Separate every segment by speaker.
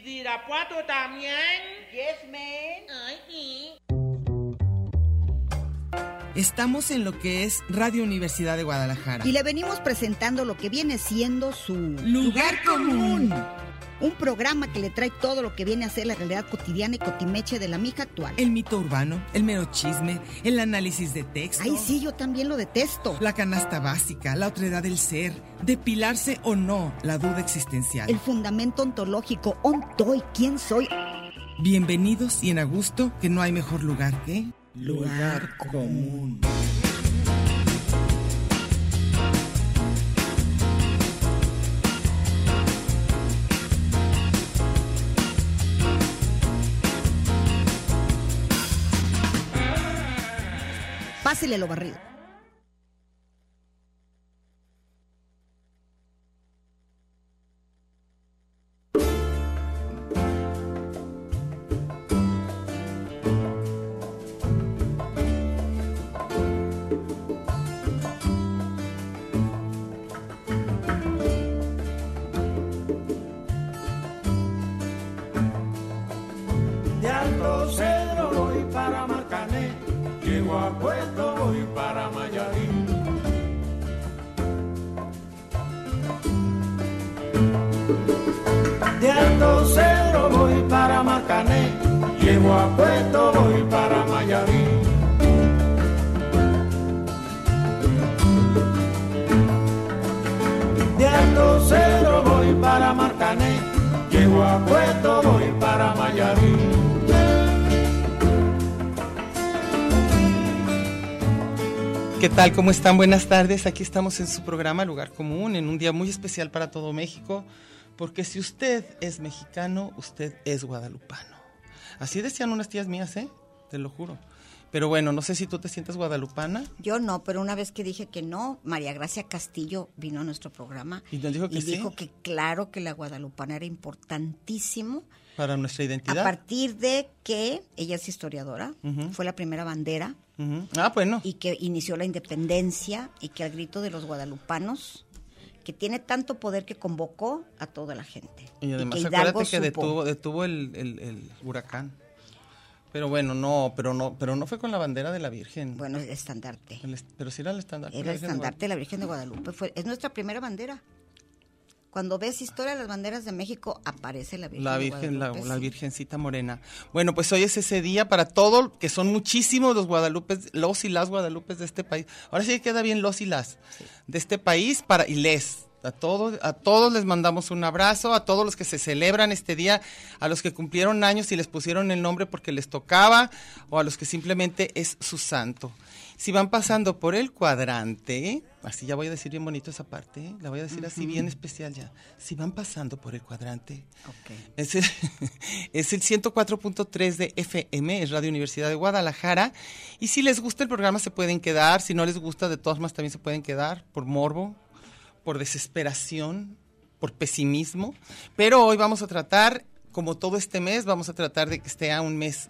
Speaker 1: Irapuato también.
Speaker 2: Yes, man.
Speaker 1: Ay, sí.
Speaker 3: Estamos en lo que es Radio Universidad de Guadalajara.
Speaker 2: Y le venimos presentando lo que viene siendo su
Speaker 3: Lugar común.
Speaker 2: Un programa que le trae todo lo que viene a ser la realidad cotidiana y cotimeche de la mija actual.
Speaker 3: El mito urbano, el mero chisme, el análisis de texto.
Speaker 2: Ay, sí, yo también lo detesto.
Speaker 3: La canasta básica, la otredad del ser, depilarse o no, la duda existencial.
Speaker 2: El fundamento ontológico, ontoy, quién soy.
Speaker 3: Bienvenidos y en a gusto, que no hay mejor lugar que...
Speaker 2: Lugar
Speaker 3: común.
Speaker 2: Pásele lo barrido.
Speaker 4: De Alto Cedro voy para Marcané, llego a Puerto voy para Mayarín. De Alto Cedro voy para Marcané, llego a Puerto voy para Mayarín. De Alto Cedro voy para Marcané, llego a Puerto voy para Mayarín.
Speaker 3: ¿Qué tal? ¿Cómo están? Buenas tardes. Aquí estamos en su programa Lugar Común, en un día muy especial para todo México, porque si usted es mexicano, usted es guadalupano. Así decían unas tías mías, ¿eh? Te lo juro. Pero bueno, no sé si tú te sientes guadalupana.
Speaker 5: Yo no, pero una vez que dije que no, María Gracia Castillo vino a nuestro programa
Speaker 3: Y nos dijo que
Speaker 5: y
Speaker 3: sí.
Speaker 5: dijo que claro que la guadalupana era importantísimo
Speaker 3: Para nuestra
Speaker 5: a
Speaker 3: identidad.
Speaker 5: partir de que ella es historiadora,
Speaker 3: Ujú.
Speaker 5: fue la primera bandera
Speaker 3: Ujú. Ah, bueno.
Speaker 5: y que inició la independencia y que al grito de los guadalupanos que tiene tanto poder que convocó a toda la gente.
Speaker 3: Y además,
Speaker 5: que Hidalgo
Speaker 3: acuérdate que
Speaker 5: supo.
Speaker 3: detuvo, detuvo el, el- el huracán. Pero bueno, no, pero no, pero no fue con la bandera de la Virgen.
Speaker 5: Bueno, el estandarte.
Speaker 3: El est- pero sí era el estandarte. de
Speaker 5: Era
Speaker 3: la
Speaker 5: el
Speaker 3: Virgen de Guadalupe.
Speaker 5: estandarte de la Virgen de Guadalupe. Fue, es nuestra primera bandera. Cuando ves historia de las banderas de México, aparece la Virgen.
Speaker 3: La
Speaker 5: de
Speaker 3: Virgen, la,
Speaker 5: Guadalupe,
Speaker 3: la
Speaker 5: sí.
Speaker 3: Virgencita Morena. Bueno, pues hoy es ese día para todo, que son muchísimos los Guadalupes, los y las Guadalupes de este país. Ahora sí queda bien los y las de este país para y les. A todos, a todos les mandamos un abrazo, a todos los que se celebran este día, a los que cumplieron años y les pusieron el nombre porque les tocaba, o a los que simplemente es su santo. Si van pasando por el cuadrante, así ya voy a decir bien bonito esa parte, ¿eh? la voy a decir así bien especial ya. Si van pasando por el cuadrante,
Speaker 5: Ok.
Speaker 3: es el, es el 104.3 de FM, es Radio Universidad de Guadalajara. Y si les gusta el programa se pueden quedar, si no les gusta de todas más también se pueden quedar por morbo, por desesperación, por pesimismo. Pero hoy vamos a tratar, como todo este mes, vamos a tratar de que esté un mes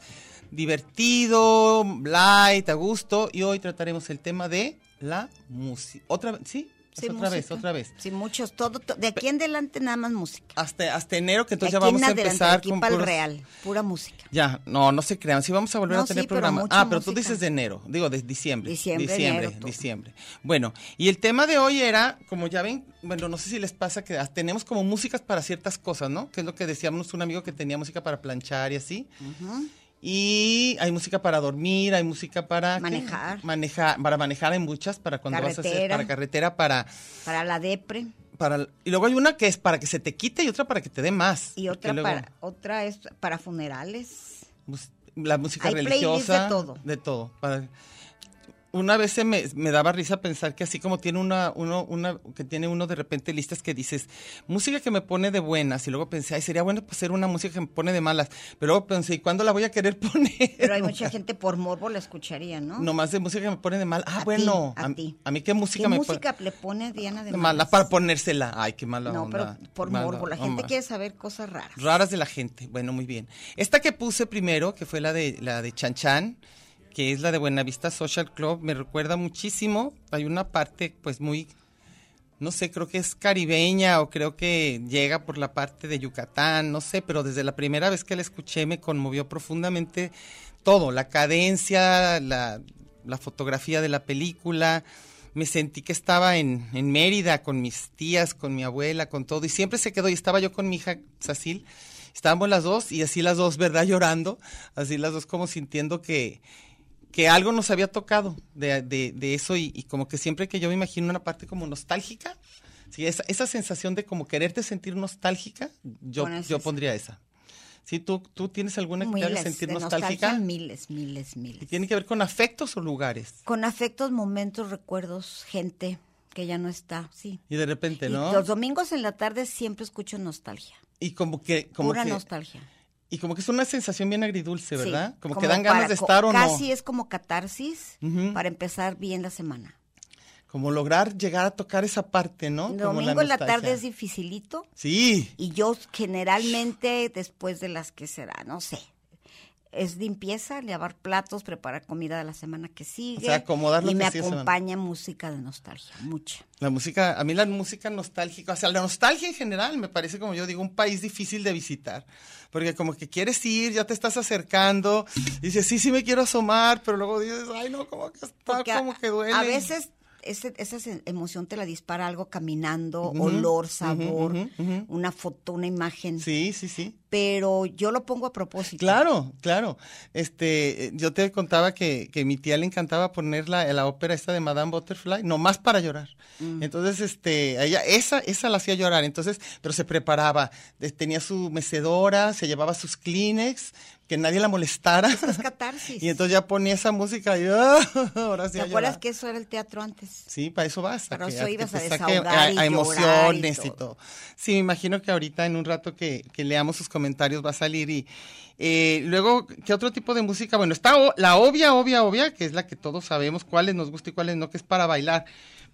Speaker 3: divertido, light, a gusto. Y hoy trataremos el tema de la música. ¿Otra vez? ¿Sí?
Speaker 5: Sí,
Speaker 3: otra vez,
Speaker 5: música.
Speaker 3: otra vez
Speaker 5: Sí, muchos. Todo, to- de aquí en adelante nada más música.
Speaker 3: hasta, hasta enero, que entonces
Speaker 5: de
Speaker 3: ya
Speaker 5: aquí
Speaker 3: vamos
Speaker 5: en
Speaker 3: a
Speaker 5: adelante, de
Speaker 3: empezar
Speaker 5: aquí
Speaker 3: con
Speaker 5: para el
Speaker 3: puros-
Speaker 5: real. Pura música.
Speaker 3: Ya, no, no se crean, sí vamos a volver
Speaker 5: No,
Speaker 3: a tener
Speaker 5: sí, pero
Speaker 3: programa.
Speaker 5: mucha
Speaker 3: ah, pero tú
Speaker 5: música.
Speaker 3: dices de enero, digo de diciembre.
Speaker 5: Diciembre,
Speaker 3: diciembre,
Speaker 5: enero, todo.
Speaker 3: diciembre. Bueno, y el tema de hoy era, como ya ven, bueno, no sé si les pasa que tenemos como músicas para ciertas cosas, ¿no? Que es lo que decíamos un amigo que tenía música para planchar y así. Y hay música para dormir, hay música para ¿qué?
Speaker 5: Manejar.
Speaker 3: manejar, para manejar hay muchas, para cuando vas a hacer
Speaker 5: Carretera.
Speaker 3: para carretera, para
Speaker 5: Para la depre.
Speaker 3: para y luego hay una que es para que se te quite y otra para que te dé más.
Speaker 5: Y
Speaker 3: porque
Speaker 5: otra,
Speaker 3: luego-
Speaker 5: para, otra es para funerales.
Speaker 3: mus- la música
Speaker 5: Hay playlists
Speaker 3: religiosa.
Speaker 5: de todo.
Speaker 3: De todo. Para- Una vez se me, me daba risa pensar que así como tiene una, uno, una, que tiene uno de repente listas que dices, música que me pone de buenas, y luego pensé, ay, sería bueno hacer una música que me pone de malas, pero luego pensé, ¿y cuándo la voy a querer poner?
Speaker 5: Pero hay mucha gente por morbo la escucharía, ¿no?
Speaker 3: Nomás de música que me pone de mal. Ah,
Speaker 5: A ti,
Speaker 3: bueno.
Speaker 5: a ti.
Speaker 3: a mí qué música
Speaker 5: ¿Qué
Speaker 3: me
Speaker 5: música le pone a Diana de
Speaker 3: pone de mala
Speaker 5: malas?
Speaker 3: para ponérsela. Ay, qué mala
Speaker 5: No,
Speaker 3: onda.
Speaker 5: pero por
Speaker 3: Mala
Speaker 5: morbo. La gente
Speaker 3: onda.
Speaker 5: quiere saber cosas raras.
Speaker 3: Raras de la gente. Bueno, muy bien. Esta que puse primero, que fue la de la de Chan Chan, que es la de Buenavista Social Club, me recuerda muchísimo. Hay una parte, pues, muy no sé, creo que es caribeña o creo que llega por la parte de Yucatán, no sé, pero desde la primera vez que la escuché me conmovió profundamente todo, la cadencia, la, la fotografía de la película. Me sentí que estaba en, en Mérida con mis tías, con mi abuela, con todo, y siempre se quedó, y estaba yo con mi hija Sacil, estábamos las dos, y así las dos, ¿verdad? Llorando, así las dos como sintiendo que, que algo nos había tocado de, de- de eso y, y como que siempre que yo me imagino una parte como nostálgica, sí, esa, esa sensación de como quererte sentir nostálgica, yo,
Speaker 5: Pones
Speaker 3: yo
Speaker 5: esa.
Speaker 3: pondría esa. Sí, ¿tú, tú tienes alguna que te haga
Speaker 5: Miles
Speaker 3: sentir
Speaker 5: de
Speaker 3: nostálgica?
Speaker 5: nostalgia, miles, miles,
Speaker 3: ¿Y
Speaker 5: miles.
Speaker 3: tiene que ver con afectos o lugares?
Speaker 5: Con afectos, momentos, recuerdos, gente que ya no está, sí.
Speaker 3: Y de repente,
Speaker 5: Y
Speaker 3: ¿no?
Speaker 5: los domingos en la tarde siempre escucho nostalgia,
Speaker 3: Y, como que, como
Speaker 5: pura
Speaker 3: que,
Speaker 5: nostalgia.
Speaker 3: y como que es una sensación bien agridulce,
Speaker 5: Sí,
Speaker 3: ¿verdad? Como, que dan ganas
Speaker 5: para-
Speaker 3: de
Speaker 5: co-
Speaker 3: estar o no.
Speaker 5: Casi es como catarsis
Speaker 3: Ujú.
Speaker 5: para empezar bien la semana.
Speaker 3: Como lograr llegar a tocar esa parte, ¿no? Como
Speaker 5: Domingo en la
Speaker 3: nostalgia.
Speaker 5: tarde es dificilito
Speaker 3: Sí.
Speaker 5: y yo generalmente después de las que será, no sé. Es limpieza, lavar platos, preparar comida de la semana que sigue.
Speaker 3: acomodar lo
Speaker 5: Y
Speaker 3: que
Speaker 5: me
Speaker 3: sigue semana.
Speaker 5: acompaña música de nostalgia, mucha.
Speaker 3: La música, a mí la música nostálgica, o sea, la nostalgia en general me parece, como yo digo, un país difícil de visitar. Porque como que quieres ir, ya te estás acercando, dices, sí, sí me quiero asomar, pero luego dices, ay, no, como que está,
Speaker 5: Porque a-
Speaker 3: como que duele.
Speaker 5: A veces ese- esa se- emoción te la dispara algo caminando,
Speaker 3: Ujú,
Speaker 5: olor,
Speaker 3: ujú,
Speaker 5: sabor,
Speaker 3: ujú, ujú.
Speaker 5: una foto, una imagen.
Speaker 3: Sí, sí, sí.
Speaker 5: Pero yo lo pongo a propósito.
Speaker 3: Claro, claro. Este, eh, yo te contaba que, que mi tía le encantaba poner la, la ópera esta de Madame Butterfly, nomás para llorar.
Speaker 5: Mm.
Speaker 3: Entonces, este, a ella, esa, esa la hacía llorar. Entonces, pero se preparaba, de- tenía su mecedora, se llevaba sus Kleenex, que nadie la molestara.
Speaker 5: Es catarsis.
Speaker 3: Y entonces ya ponía esa música y ¡ah! ahora sí
Speaker 5: ¿Te
Speaker 3: a
Speaker 5: acuerdas
Speaker 3: llorar.
Speaker 5: que eso era el teatro antes?
Speaker 3: Sí, para eso vas.
Speaker 5: Para
Speaker 3: que-
Speaker 5: eso
Speaker 3: que
Speaker 5: ibas
Speaker 3: te
Speaker 5: a
Speaker 3: saque
Speaker 5: desahogar y llorar y
Speaker 3: emociones y todo.
Speaker 5: todo.
Speaker 3: Sí, me imagino que ahorita en un rato que, que leamos sus comentarios va a salir. Y eh, luego, ¿qué otro tipo de música? Bueno, está o- la obvia, obvia, obvia, que es la que todos sabemos cuáles nos gusta y cuáles no, que es para bailar.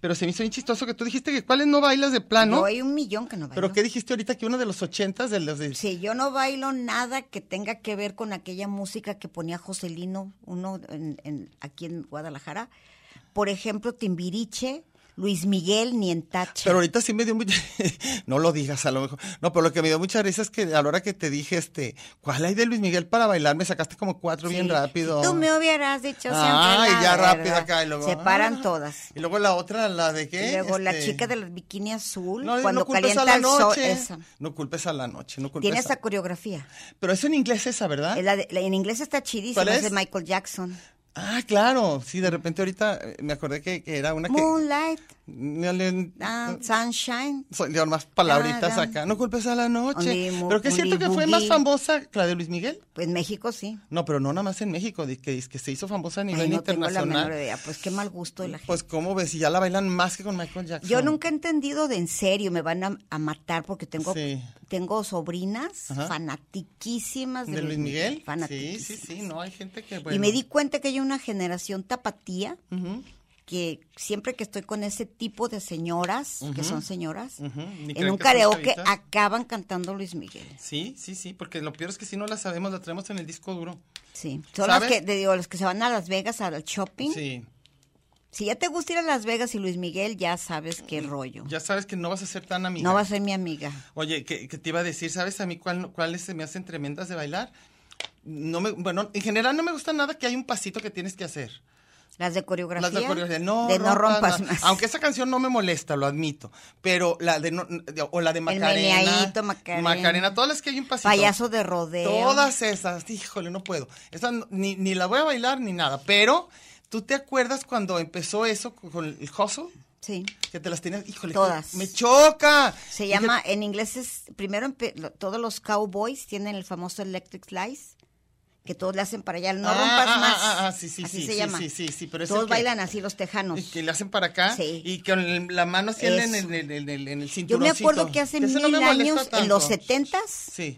Speaker 3: Pero se me hizo bien chistoso que tú dijiste que cuáles Ah, no bailas de plano.
Speaker 5: No hay un millón que no bailo.
Speaker 3: pero ¿qué dijiste ahorita? Que uno de los ochentas, de los de...
Speaker 5: Sí, yo no bailo nada que tenga que ver con aquella música que ponía Joselino, uno en- en- aquí en Guadalajara. Por ejemplo, Timbiriche, Luis Miguel, ni en Tacha.
Speaker 3: Pero ahorita sí me dio mucha... no lo digas a lo mejor. No, pero lo que me dio mucha risa es que a la hora que te dije, este, ¿cuál hay de Luis Miguel para bailar? Me sacaste como cuatro bien
Speaker 5: Sí.
Speaker 3: rápido.
Speaker 5: Si tú me hubieras dicho siempre
Speaker 3: Ah,
Speaker 5: la
Speaker 3: y ya
Speaker 5: verdad.
Speaker 3: rápido acá. Y luego,
Speaker 5: Se paran
Speaker 3: ah.
Speaker 5: todas.
Speaker 3: Y luego la otra, la de qué.
Speaker 5: Y luego la
Speaker 3: Este,
Speaker 5: chica del bikini azul,
Speaker 3: no,
Speaker 5: cuando
Speaker 3: no culpes
Speaker 5: calienta
Speaker 3: a la
Speaker 5: el sol.
Speaker 3: noche.
Speaker 5: esa.
Speaker 3: No culpes a la noche. No culpes
Speaker 5: Tiene esa
Speaker 3: a...
Speaker 5: coreografía.
Speaker 3: Pero eso en inglés esa, ¿verdad?
Speaker 5: Es la de- la- en inglés está chidísima,
Speaker 3: ¿Cuál
Speaker 5: es de
Speaker 3: es?
Speaker 5: Michael Jackson.
Speaker 3: Ah, claro. Sí, de repente ahorita eh, me acordé que, que era una que.
Speaker 5: Moonlight,
Speaker 3: No le-
Speaker 5: and sunshine.
Speaker 3: Son son más palabritas
Speaker 5: Ah,
Speaker 3: acá. No culpes a la noche.
Speaker 5: Only mu-
Speaker 3: Pero que es
Speaker 5: only
Speaker 3: cierto que fue más
Speaker 5: boogie.
Speaker 3: famosa la de Luis Miguel.
Speaker 5: Pues México sí.
Speaker 3: No, pero no nada más en México, de que, que se hizo famosa a nivel
Speaker 5: Ay, no tengo la menor
Speaker 3: internacional.
Speaker 5: idea. Pues qué mal gusto de la gente.
Speaker 3: Pues cómo ves, si ya la bailan más que con Michael Jackson.
Speaker 5: Yo nunca he entendido de en serio, me van a, a matar porque tengo,
Speaker 3: Sí.
Speaker 5: tengo sobrinas
Speaker 3: Ajá.
Speaker 5: fanatiquísimas de,
Speaker 3: ¿De Luis Miguel? Sí,
Speaker 5: fanatiquísimas.
Speaker 3: sí, sí, no, hay gente que... Bueno.
Speaker 5: Y me di cuenta que hay una generación tapatía
Speaker 3: Ujú,
Speaker 5: que siempre que estoy con ese tipo de señoras, que son señoras,
Speaker 3: ujú, ni
Speaker 5: en
Speaker 3: crean
Speaker 5: un
Speaker 3: que son
Speaker 5: karaoke
Speaker 3: chavitas.
Speaker 5: acaban cantando Luis Miguel.
Speaker 3: Sí, sí, sí, porque lo peor es que si no la sabemos, la traemos en el disco duro.
Speaker 5: Sí. Son las
Speaker 3: ¿Sabes?
Speaker 5: que, te digo, los que se van a Las Vegas al shopping.
Speaker 3: Sí,
Speaker 5: Si ya te gusta ir a Las Vegas y Luis Miguel, ya sabes qué rollo.
Speaker 3: ya sabes que no vas a ser tan amiga.
Speaker 5: no va a ser mi amiga.
Speaker 3: Oye, que, que te iba a decir, ¿sabes a mí cuál- cuáles se me hacen tremendas de bailar? No me, bueno, en general no me gusta nada que hay un pasito que tienes que hacer.
Speaker 5: Las de coreografía.
Speaker 3: Las de coreografía, no,
Speaker 5: de no rompas
Speaker 3: no.
Speaker 5: más.
Speaker 3: Aunque esa canción no me molesta, lo admito. Pero la de, no- de- o la de Macarena.
Speaker 5: meneadito, Macarena.
Speaker 3: Macarena, todas las que hay un pasito.
Speaker 5: Payaso de rodeo.
Speaker 3: Todas esas, híjole, no puedo. Esa no- ni, ni la voy a bailar ni nada. Pero, ¿tú te acuerdas cuando empezó eso con- con el hustle?
Speaker 5: Sí.
Speaker 3: Que te las tenías, híjole,
Speaker 5: Todas.
Speaker 3: me choca.
Speaker 5: Se
Speaker 3: Dije,
Speaker 5: llama, en inglés es, primero empe- lo- todos los cowboys tienen el famoso electric slice, que todos le hacen para allá, no
Speaker 3: Ah,
Speaker 5: rompas
Speaker 3: ah,
Speaker 5: más.
Speaker 3: ah, ah, sí, sí,
Speaker 5: así
Speaker 3: sí,
Speaker 5: se
Speaker 3: sí,
Speaker 5: llama.
Speaker 3: sí, sí, sí, pero es el
Speaker 5: todos
Speaker 3: que-
Speaker 5: bailan así los tejanos.
Speaker 3: y que le hacen para acá
Speaker 5: Sí.
Speaker 3: y con el- la mano así en, el,
Speaker 5: Eso.
Speaker 3: en el- en el- en el
Speaker 5: Yo me
Speaker 3: cinturoncito.
Speaker 5: acuerdo que hace
Speaker 3: Ese no
Speaker 5: mil
Speaker 3: me molesta
Speaker 5: años, en
Speaker 3: tanto.
Speaker 5: los setentas,
Speaker 3: Sí.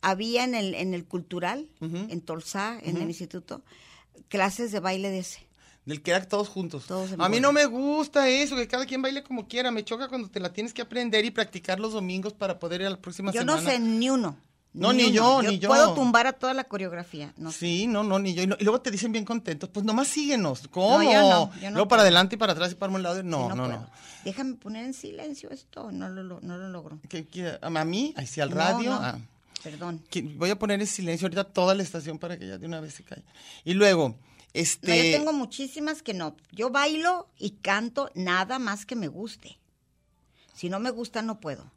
Speaker 5: había en el, en el cultural, en Tolsá, en el instituto, clases de baile de ese.
Speaker 3: Del que era todos juntos.
Speaker 5: Todos en
Speaker 3: a mí
Speaker 5: bola.
Speaker 3: no me gusta eso, que cada quien baile como quiera. Me choca cuando te la tienes que aprender y practicar los domingos para poder ir a la próxima
Speaker 5: Yo
Speaker 3: semana.
Speaker 5: no sé ni uno.
Speaker 3: No, ni yo,
Speaker 5: uno.
Speaker 3: ni yo.
Speaker 5: Puedo tumbar a toda la coreografía. No sé.
Speaker 3: Sí, no, no, ni yo. Y, no- y luego te dicen bien contentos, pues nomás síguenos. ¿Cómo?
Speaker 5: yo no, yo no
Speaker 3: luego
Speaker 5: puedo.
Speaker 3: para adelante y para atrás y para un lado. No,
Speaker 5: no
Speaker 3: no, no.
Speaker 5: puedo. Déjame poner en silencio esto. No lo, lo- no lo logro.
Speaker 3: ¿Qué- qué- ¿A mí? ¿Ahí sí al
Speaker 5: No,
Speaker 3: radio?
Speaker 5: no.
Speaker 3: Ah.
Speaker 5: Perdón.
Speaker 3: Que- Voy a poner en silencio ahorita toda la estación para que ya de una vez se calle. Y luego, este...
Speaker 5: No, yo tengo muchísimas que no. Yo bailo y canto nada más que me guste. Si no me gusta, no puedo.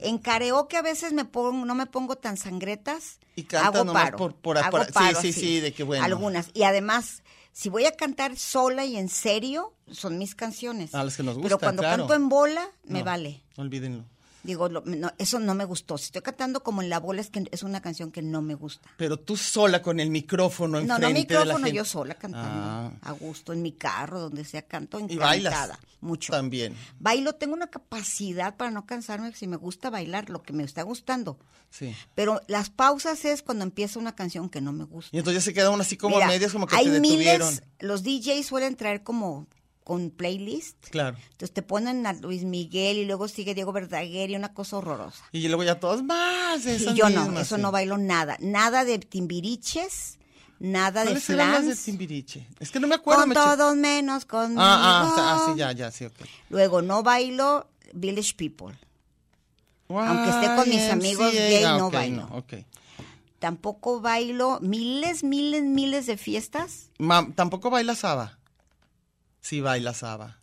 Speaker 5: En karaoke a veces me pongo, no me pongo tan sangretas.
Speaker 3: Y cantas
Speaker 5: hago
Speaker 3: nomás
Speaker 5: paro,
Speaker 3: por- por-
Speaker 5: hago
Speaker 3: por- sí,
Speaker 5: paro,
Speaker 3: sí,
Speaker 5: así,
Speaker 3: sí, de que bueno.
Speaker 5: Algunas. Y además, si voy a cantar sola y en serio, son mis canciones.
Speaker 3: Ah, las que nos
Speaker 5: Pero
Speaker 3: gustan,
Speaker 5: cuando
Speaker 3: claro.
Speaker 5: canto en bola, me
Speaker 3: no,
Speaker 5: vale.
Speaker 3: Olvídenlo.
Speaker 5: Digo, lo- no, eso no me gustó. Si estoy cantando como en la bola, es que es una canción que no me gusta.
Speaker 3: Pero tú sola con el micrófono
Speaker 5: No,
Speaker 3: enfrente
Speaker 5: no
Speaker 3: de la
Speaker 5: micrófono,
Speaker 3: gente.
Speaker 5: yo sola cantando.
Speaker 3: Ah.
Speaker 5: A gusto, en mi carro, donde sea, canto
Speaker 3: Y bailas
Speaker 5: encantada. Mucho.
Speaker 3: también.
Speaker 5: Bailo, tengo una capacidad para no cansarme si me gusta bailar, lo que me está gustando.
Speaker 3: Sí.
Speaker 5: Pero las pausas es cuando empieza una canción que no me gusta.
Speaker 3: Y entonces ya se queda uno así como
Speaker 5: Mira,
Speaker 3: a medias, como que
Speaker 5: hay
Speaker 3: te detuvieron.
Speaker 5: miles, los DJs suelen traer como con playlist.
Speaker 3: Claro.
Speaker 5: Entonces te ponen a Luis Miguel y luego sigue Diego Verdaguer y una cosa horrorosa.
Speaker 3: Y luego ya todos más.
Speaker 5: Y
Speaker 3: esas
Speaker 5: yo no,
Speaker 3: mismas,
Speaker 5: eso
Speaker 3: sí.
Speaker 5: no bailo nada. Nada de timbiriches, nada de
Speaker 3: ¿Cuáles eran las de
Speaker 5: flans.
Speaker 3: Timbiriche? Es que no me acuerdo.
Speaker 5: Con
Speaker 3: me chi-
Speaker 5: todos menos conmigo.
Speaker 3: Ah, ah, ah, sí, ya, ya, sí, ok.
Speaker 5: Luego no bailo Village People. Aunque esté con mis
Speaker 3: YMCA,
Speaker 5: amigos gay,
Speaker 3: ah,
Speaker 5: no
Speaker 3: ok,
Speaker 5: bailo.
Speaker 3: no, ok.
Speaker 5: Tampoco bailo miles, miles, miles de fiestas.
Speaker 3: Mam, ¿Tampoco baila Saba? Sí, baila Saba.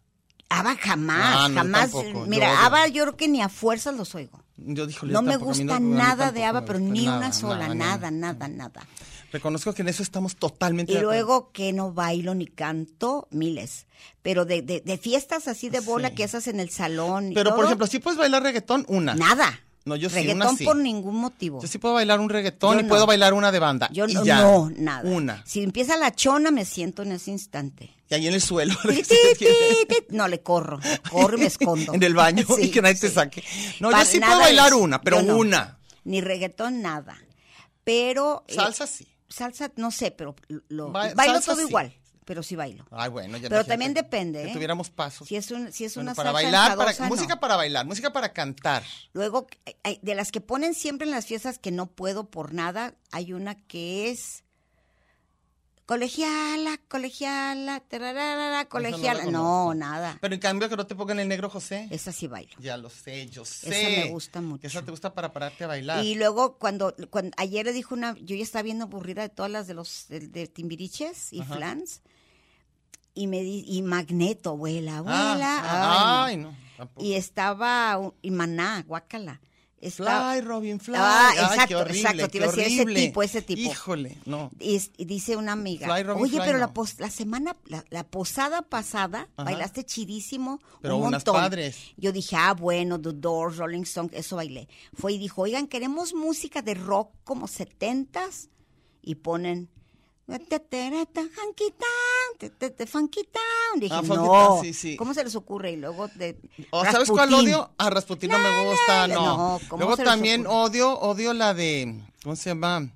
Speaker 5: Aba jamás,
Speaker 3: Ah, no, yo
Speaker 5: jamás.
Speaker 3: tampoco,
Speaker 5: Mira,
Speaker 3: yo odio.
Speaker 5: Aba yo creo que ni a fuerzas los oigo.
Speaker 3: Yo dijo,
Speaker 5: no me gusta nada de Aba, pero ni una sola, nada,
Speaker 3: nada,
Speaker 5: nada, nada.
Speaker 3: Reconozco que en eso estamos totalmente
Speaker 5: Y
Speaker 3: de acuerdo.
Speaker 5: luego que no bailo ni canto, miles. Pero de, de- de fiestas así de bola
Speaker 3: Sí.
Speaker 5: que haces en el salón. y
Speaker 3: Pero, por
Speaker 5: todo,
Speaker 3: ejemplo, sí puedes bailar reggaetón, una.
Speaker 5: nada.
Speaker 3: No, yo sí,
Speaker 5: Reggaetón
Speaker 3: una sí.
Speaker 5: por ningún motivo.
Speaker 3: Yo sí puedo bailar un reggaetón
Speaker 5: Yo
Speaker 3: y
Speaker 5: no.
Speaker 3: puedo bailar una de banda.
Speaker 5: Yo
Speaker 3: y
Speaker 5: no,
Speaker 3: ya.
Speaker 5: no, nada.
Speaker 3: Una.
Speaker 5: Si empieza la chona, me siento en ese instante.
Speaker 3: Y ahí en el suelo. Este
Speaker 5: Ti, ti, ti, ti. No, le corro. Corro y me escondo.
Speaker 3: En el baño y que nadie te saque. No, yo sí puedo bailar una, pero
Speaker 5: yo no.
Speaker 3: una.
Speaker 5: Ni reggaetón, nada. Pero. eh,
Speaker 3: Salsa sí.
Speaker 5: salsa, no sé, pero lo,
Speaker 3: Ba-
Speaker 5: bailo
Speaker 3: salsa
Speaker 5: todo
Speaker 3: sí. Ah,
Speaker 5: igual. Pero sí bailo.
Speaker 3: Ay, bueno, ya
Speaker 5: Pero
Speaker 3: imagínate
Speaker 5: también
Speaker 3: que-
Speaker 5: depende,
Speaker 3: Que
Speaker 5: ¿eh?
Speaker 3: tuviéramos pasos.
Speaker 5: Si es, un, si es
Speaker 3: Bueno,
Speaker 5: una
Speaker 3: para
Speaker 5: salsa
Speaker 3: bailar, para,
Speaker 5: enfadosa, no.
Speaker 3: música para bailar, música para cantar.
Speaker 5: Luego, eh, eh, de las que ponen siempre en las fiestas que no puedo por nada, hay una que es colegiala, colegiala, tararara, colegiala.
Speaker 3: conozco.
Speaker 5: No, nada.
Speaker 3: Pero en cambio que no te pongan el negro José.
Speaker 5: Esa sí bailo.
Speaker 3: Ya lo sé, yo sé.
Speaker 5: me gusta mucho.
Speaker 3: Esa te gusta para pararte a bailar.
Speaker 5: Y luego cuando, cuando- ayer le dijo una, yo ya estaba bien aburrida de todas las de los de, de timbiriches y flans. Y me di- y Magneto, vuela,
Speaker 3: Ah,
Speaker 5: vuela.
Speaker 3: ah,
Speaker 5: ay,
Speaker 3: ay,
Speaker 5: no.
Speaker 3: no. tampoco.
Speaker 5: Y estaba un- y Maná, guácala. Estaba-
Speaker 3: Fly, Robin, fly.
Speaker 5: Ah,
Speaker 3: Ay,
Speaker 5: exacto,
Speaker 3: qué horrible,
Speaker 5: exacto, te
Speaker 3: qué
Speaker 5: iba a decir, ese
Speaker 3: horrible.
Speaker 5: tipo, ese tipo.
Speaker 3: Híjole, no.
Speaker 5: Y, es- y dice una amiga,
Speaker 3: Fly, Robin,
Speaker 5: oye,
Speaker 3: fly,
Speaker 5: pero la,
Speaker 3: no.
Speaker 5: pos- la semana, la, la posada pasada,
Speaker 3: Ajá.
Speaker 5: bailaste chidísimo,
Speaker 3: Pero
Speaker 5: un
Speaker 3: unas
Speaker 5: montón.
Speaker 3: padres.
Speaker 5: Yo dije, ah, bueno, The Doors, Rolling Stones, eso bailé. Fue y dijo, oigan, queremos música de rock como setentas, y ponen... "Tatarata, Funky Town, te- te- te- Funky Town. Dije,
Speaker 3: Ah, Funky
Speaker 5: no.
Speaker 3: Town, sí, sí.
Speaker 5: ¿Cómo se les ocurre? Y luego de.
Speaker 3: O, ¿Sabes cuál
Speaker 5: Rasputín.
Speaker 3: odio? A Rasputín no
Speaker 5: La, la,
Speaker 3: me gusta,
Speaker 5: la.
Speaker 3: no.
Speaker 5: No, ¿cómo
Speaker 3: Luego
Speaker 5: se les
Speaker 3: también
Speaker 5: ocurre?
Speaker 3: odio, odio la de, ¿cómo se llama?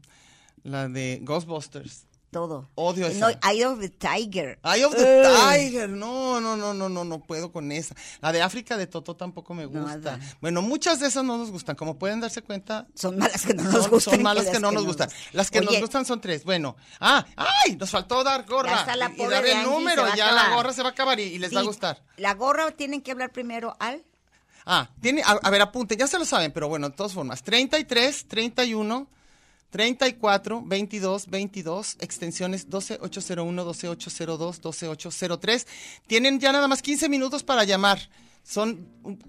Speaker 3: La de Ghostbusters.
Speaker 5: Todo. Eh,
Speaker 3: Odio
Speaker 5: No,
Speaker 3: esa. Ah.
Speaker 5: Eye of the Tiger.
Speaker 3: Eye of the Tiger, no, no, no, no, no, no puedo con esa. La de África de Totó tampoco me gusta.
Speaker 5: Nada.
Speaker 3: Bueno, muchas de esas no nos gustan, como pueden darse cuenta.
Speaker 5: Son malas que no nos
Speaker 3: Son,
Speaker 5: gustan.
Speaker 3: son malas
Speaker 5: las
Speaker 3: que no nos gustan. Las que nos
Speaker 5: Oye,
Speaker 3: gustan son tres. Bueno, ah, ay, nos faltó dar gorra.
Speaker 5: Ya está la
Speaker 3: y- y,
Speaker 5: pobre
Speaker 3: dar
Speaker 5: de
Speaker 3: el
Speaker 5: Angie,
Speaker 3: número,
Speaker 5: se va a
Speaker 3: ya
Speaker 5: acabar.
Speaker 3: la gorra se va a acabar y, y les va a
Speaker 5: sí,
Speaker 3: gustar.
Speaker 5: La gorra tienen que hablar primero al.
Speaker 3: Ah, tiene, a, a ver, apunte, ya se lo saben, pero bueno, de todas formas, 33, 31, 34, 22, 22, extensiones 12801, 12802, 12803. Tienen ya nada más 15 minutos para llamar. Son,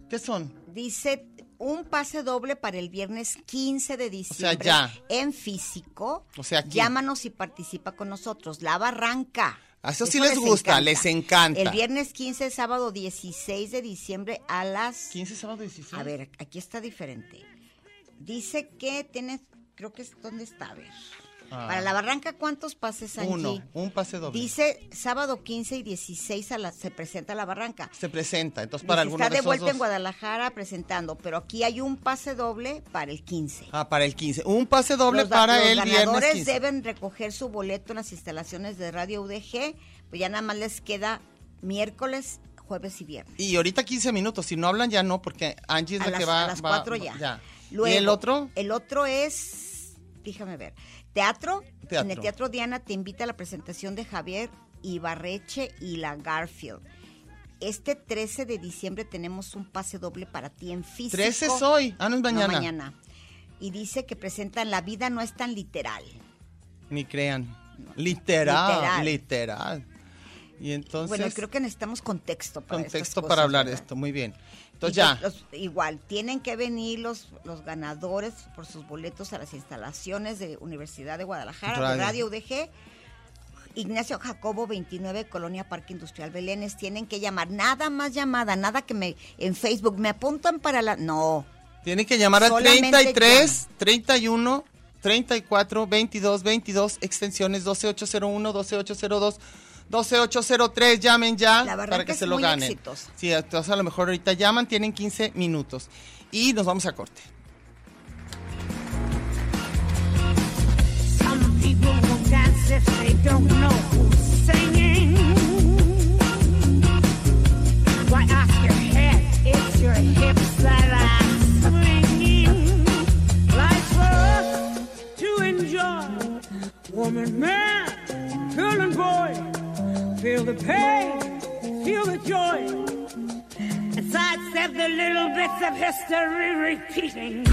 Speaker 3: ¿qué son?
Speaker 5: Dice un pase doble para el viernes 15 de diciembre.
Speaker 3: ya.
Speaker 5: En físico.
Speaker 3: O sea, aquí.
Speaker 5: Llámanos y participa con nosotros. La Barranca.
Speaker 3: A Ah, eso sí les gusta, les encanta.
Speaker 5: El viernes 15, sábado 16 de diciembre a las
Speaker 3: 15, sábado 16.
Speaker 5: A ver, aquí está diferente. Dice que tienes, creo que es dónde está, a ver.
Speaker 3: Ah.
Speaker 5: Para la barranca, ¿cuántos pases Angie?
Speaker 3: Uno, un pase doble.
Speaker 5: Dice sábado 15 y 16 a la, se presenta la barranca.
Speaker 3: Se presenta, entonces para
Speaker 5: Dice,
Speaker 3: algunos
Speaker 5: está de,
Speaker 3: de esos
Speaker 5: vuelta en
Speaker 3: dos.
Speaker 5: Guadalajara presentando, pero aquí hay un pase doble para el 15.
Speaker 3: Ah, para el 15. Un pase doble
Speaker 5: Los ga-
Speaker 3: para
Speaker 5: los
Speaker 3: el viernes
Speaker 5: ganadores
Speaker 3: 15.
Speaker 5: deben recoger su boleto en las instalaciones de Radio UDG, pues ya nada más les queda miércoles, jueves y viernes.
Speaker 3: Y ahorita 15 minutos, si no hablan ya no, porque Angie es
Speaker 5: a
Speaker 3: la
Speaker 5: las,
Speaker 3: que va
Speaker 5: a las
Speaker 3: va-
Speaker 5: cuatro
Speaker 3: va-
Speaker 5: ya. Luego,
Speaker 3: ¿Y el otro?
Speaker 5: El otro es, déjame ver, teatro.
Speaker 3: Teatro.
Speaker 5: En el Teatro Diana te invita a la presentación de Javier Ibarreche y la Garfield. Este 13 de diciembre tenemos un pase doble para ti en físico.
Speaker 3: 13 es hoy. Ah, no es
Speaker 5: No,
Speaker 3: mañana.
Speaker 5: mañana. Y dice que presentan La vida no es tan literal.
Speaker 3: Ni crean. Literal,
Speaker 5: Literal.
Speaker 3: literal. Y entonces,
Speaker 5: bueno, creo que necesitamos contexto para estas
Speaker 3: contexto
Speaker 5: cosas,
Speaker 3: para hablar de
Speaker 5: ¿verdad?
Speaker 3: esto. Muy bien. Entonces
Speaker 5: Y
Speaker 3: ya.
Speaker 5: pues los- igual, tienen que venir los, los ganadores por sus boletos a las instalaciones de Universidad de Guadalajara, de
Speaker 3: Radio.
Speaker 5: Radio UDG. Ignacio Jacobo 29, Colonia Parque Industrial Belénes. Tienen que llamar, nada más llamada, nada que me en Facebook me apuntan para la. No,
Speaker 3: Tienen que llamar al
Speaker 5: Solamente
Speaker 3: 33 31 34 22 22 extensiones 12801, 12802, 12803. Llamen ya
Speaker 5: La verdad
Speaker 3: para que,
Speaker 5: que es
Speaker 3: se lo
Speaker 5: muy
Speaker 3: ganen.
Speaker 5: exitosa.
Speaker 3: Sí, entonces a lo mejor ahorita llaman, tienen 15 minutos y nos vamos a corte.
Speaker 6: Some people will dance if they don't know who's singing. Why off your head? It's your hips that are swinging. Life's for us to enjoy. Woman, man, girl and boy, feel the pain, feel the joy. And sidestep the little bits of history repeating.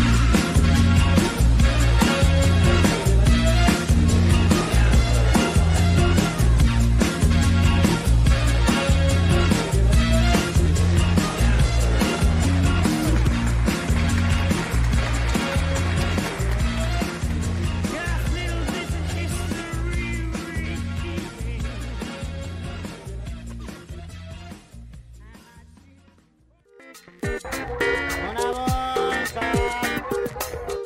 Speaker 6: Just little bits of history repeating.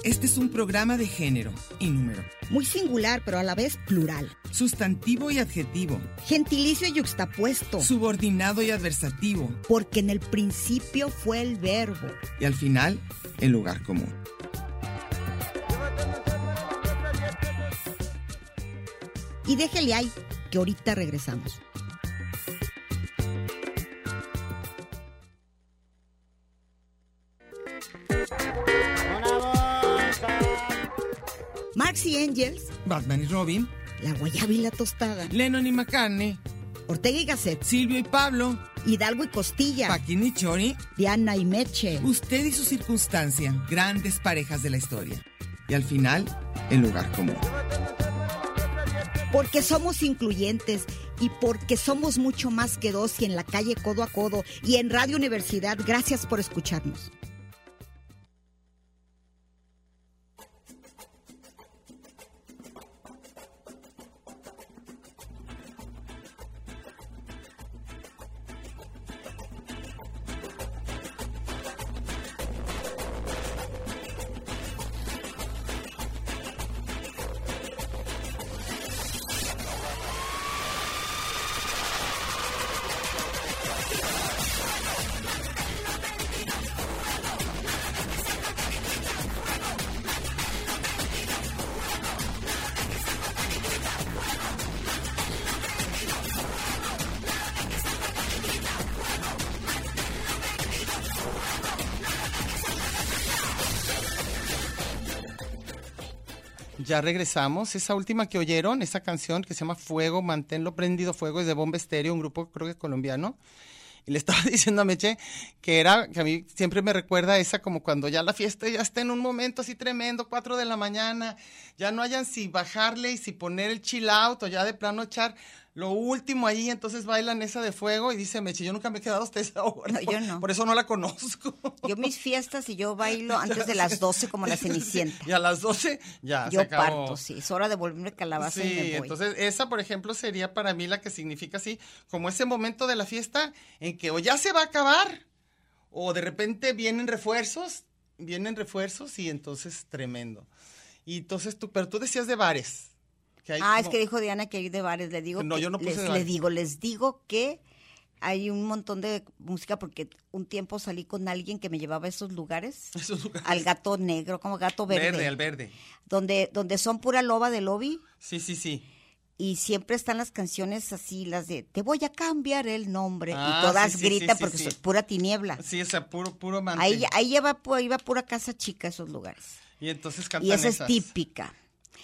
Speaker 7: Este es un programa de género y número,
Speaker 2: Muy singular, pero a la vez plural.
Speaker 7: sustantivo y adjetivo,
Speaker 2: Gentilicio y yuxtapuesto.
Speaker 3: Oh.
Speaker 7: subordinado y adversativo,
Speaker 2: Porque en el principio fue el verbo.
Speaker 7: y al final, el lugar común.
Speaker 2: Y déjele ahí, que ahorita regresamos. Marx y Engels,
Speaker 7: Batman y Robin,
Speaker 2: la guayaba y la tostada,
Speaker 7: Lennon y McCartney,
Speaker 2: Ortega y Gasset,
Speaker 7: Silvio y Pablo,
Speaker 2: Hidalgo y Costilla,
Speaker 7: Paquín y Chori,
Speaker 2: Diana y Meche.
Speaker 7: usted y su circunstancia, grandes parejas de la historia, y al final, el lugar común.
Speaker 2: Porque somos incluyentes y porque somos mucho más que dos y en la calle codo a codo y en Radio Universidad. Gracias por escucharnos.
Speaker 3: Ya regresamos. Esa última que oyeron, esa canción que se llama Fuego, Manténlo Prendido Fuego, es de Bomba Estéreo, un grupo creo que colombiano. Y le estaba diciendo a Meche que era, que a mí siempre me recuerda a esa como cuando ya la fiesta ya está en un momento así tremendo, cuatro de la mañana, ya no hayan si bajarle y si poner el chill out o ya de plano echar lo último ahí, entonces bailan esa de fuego y dice Meche, yo nunca me he quedado hasta esa hora.
Speaker 5: No, yo no.
Speaker 3: Por eso no la conozco.
Speaker 5: yo mis fiestas y yo bailo antes de las 12 como la cenicienta.
Speaker 3: Y a las 12 ya Ah, se
Speaker 5: Yo
Speaker 3: acabó.
Speaker 5: parto, sí. Es hora de volverme calabaza y me
Speaker 3: Sí,
Speaker 5: voy.
Speaker 3: entonces esa, por ejemplo, sería para mí la que significa así, como ese momento de la fiesta en que o ya se va a acabar o de repente vienen refuerzos, vienen refuerzos y entonces tremendo. Y entonces tú, pero tú decías de bares. que hay
Speaker 5: Ah, es
Speaker 3: como-
Speaker 5: que dijo Diana que hay de bares. Le digo
Speaker 3: No,
Speaker 5: que
Speaker 3: yo no puse
Speaker 5: les,
Speaker 3: de
Speaker 5: le
Speaker 3: bares.
Speaker 5: digo, les digo que hay un montón de música porque un tiempo salí con alguien que me llevaba a esos lugares,
Speaker 3: Esos lugares.
Speaker 5: al gato negro, como gato verde,
Speaker 3: Verde, al verde.
Speaker 5: donde donde son pura loba de lobby
Speaker 3: Sí, sí, sí.
Speaker 5: y siempre están las canciones así, las de te voy a cambiar el nombre
Speaker 3: Ah,
Speaker 5: y todas
Speaker 3: sí, sí,
Speaker 5: gritan
Speaker 3: sí, sí,
Speaker 5: porque
Speaker 3: sí.
Speaker 5: es pura tiniebla.
Speaker 3: Sí, o sea, puro, puro amante.
Speaker 5: Ahí, ahí lleva, pu- iba pura casa chica a esos lugares.
Speaker 3: y entonces cantan
Speaker 5: Y esa es
Speaker 3: esas.
Speaker 5: típica.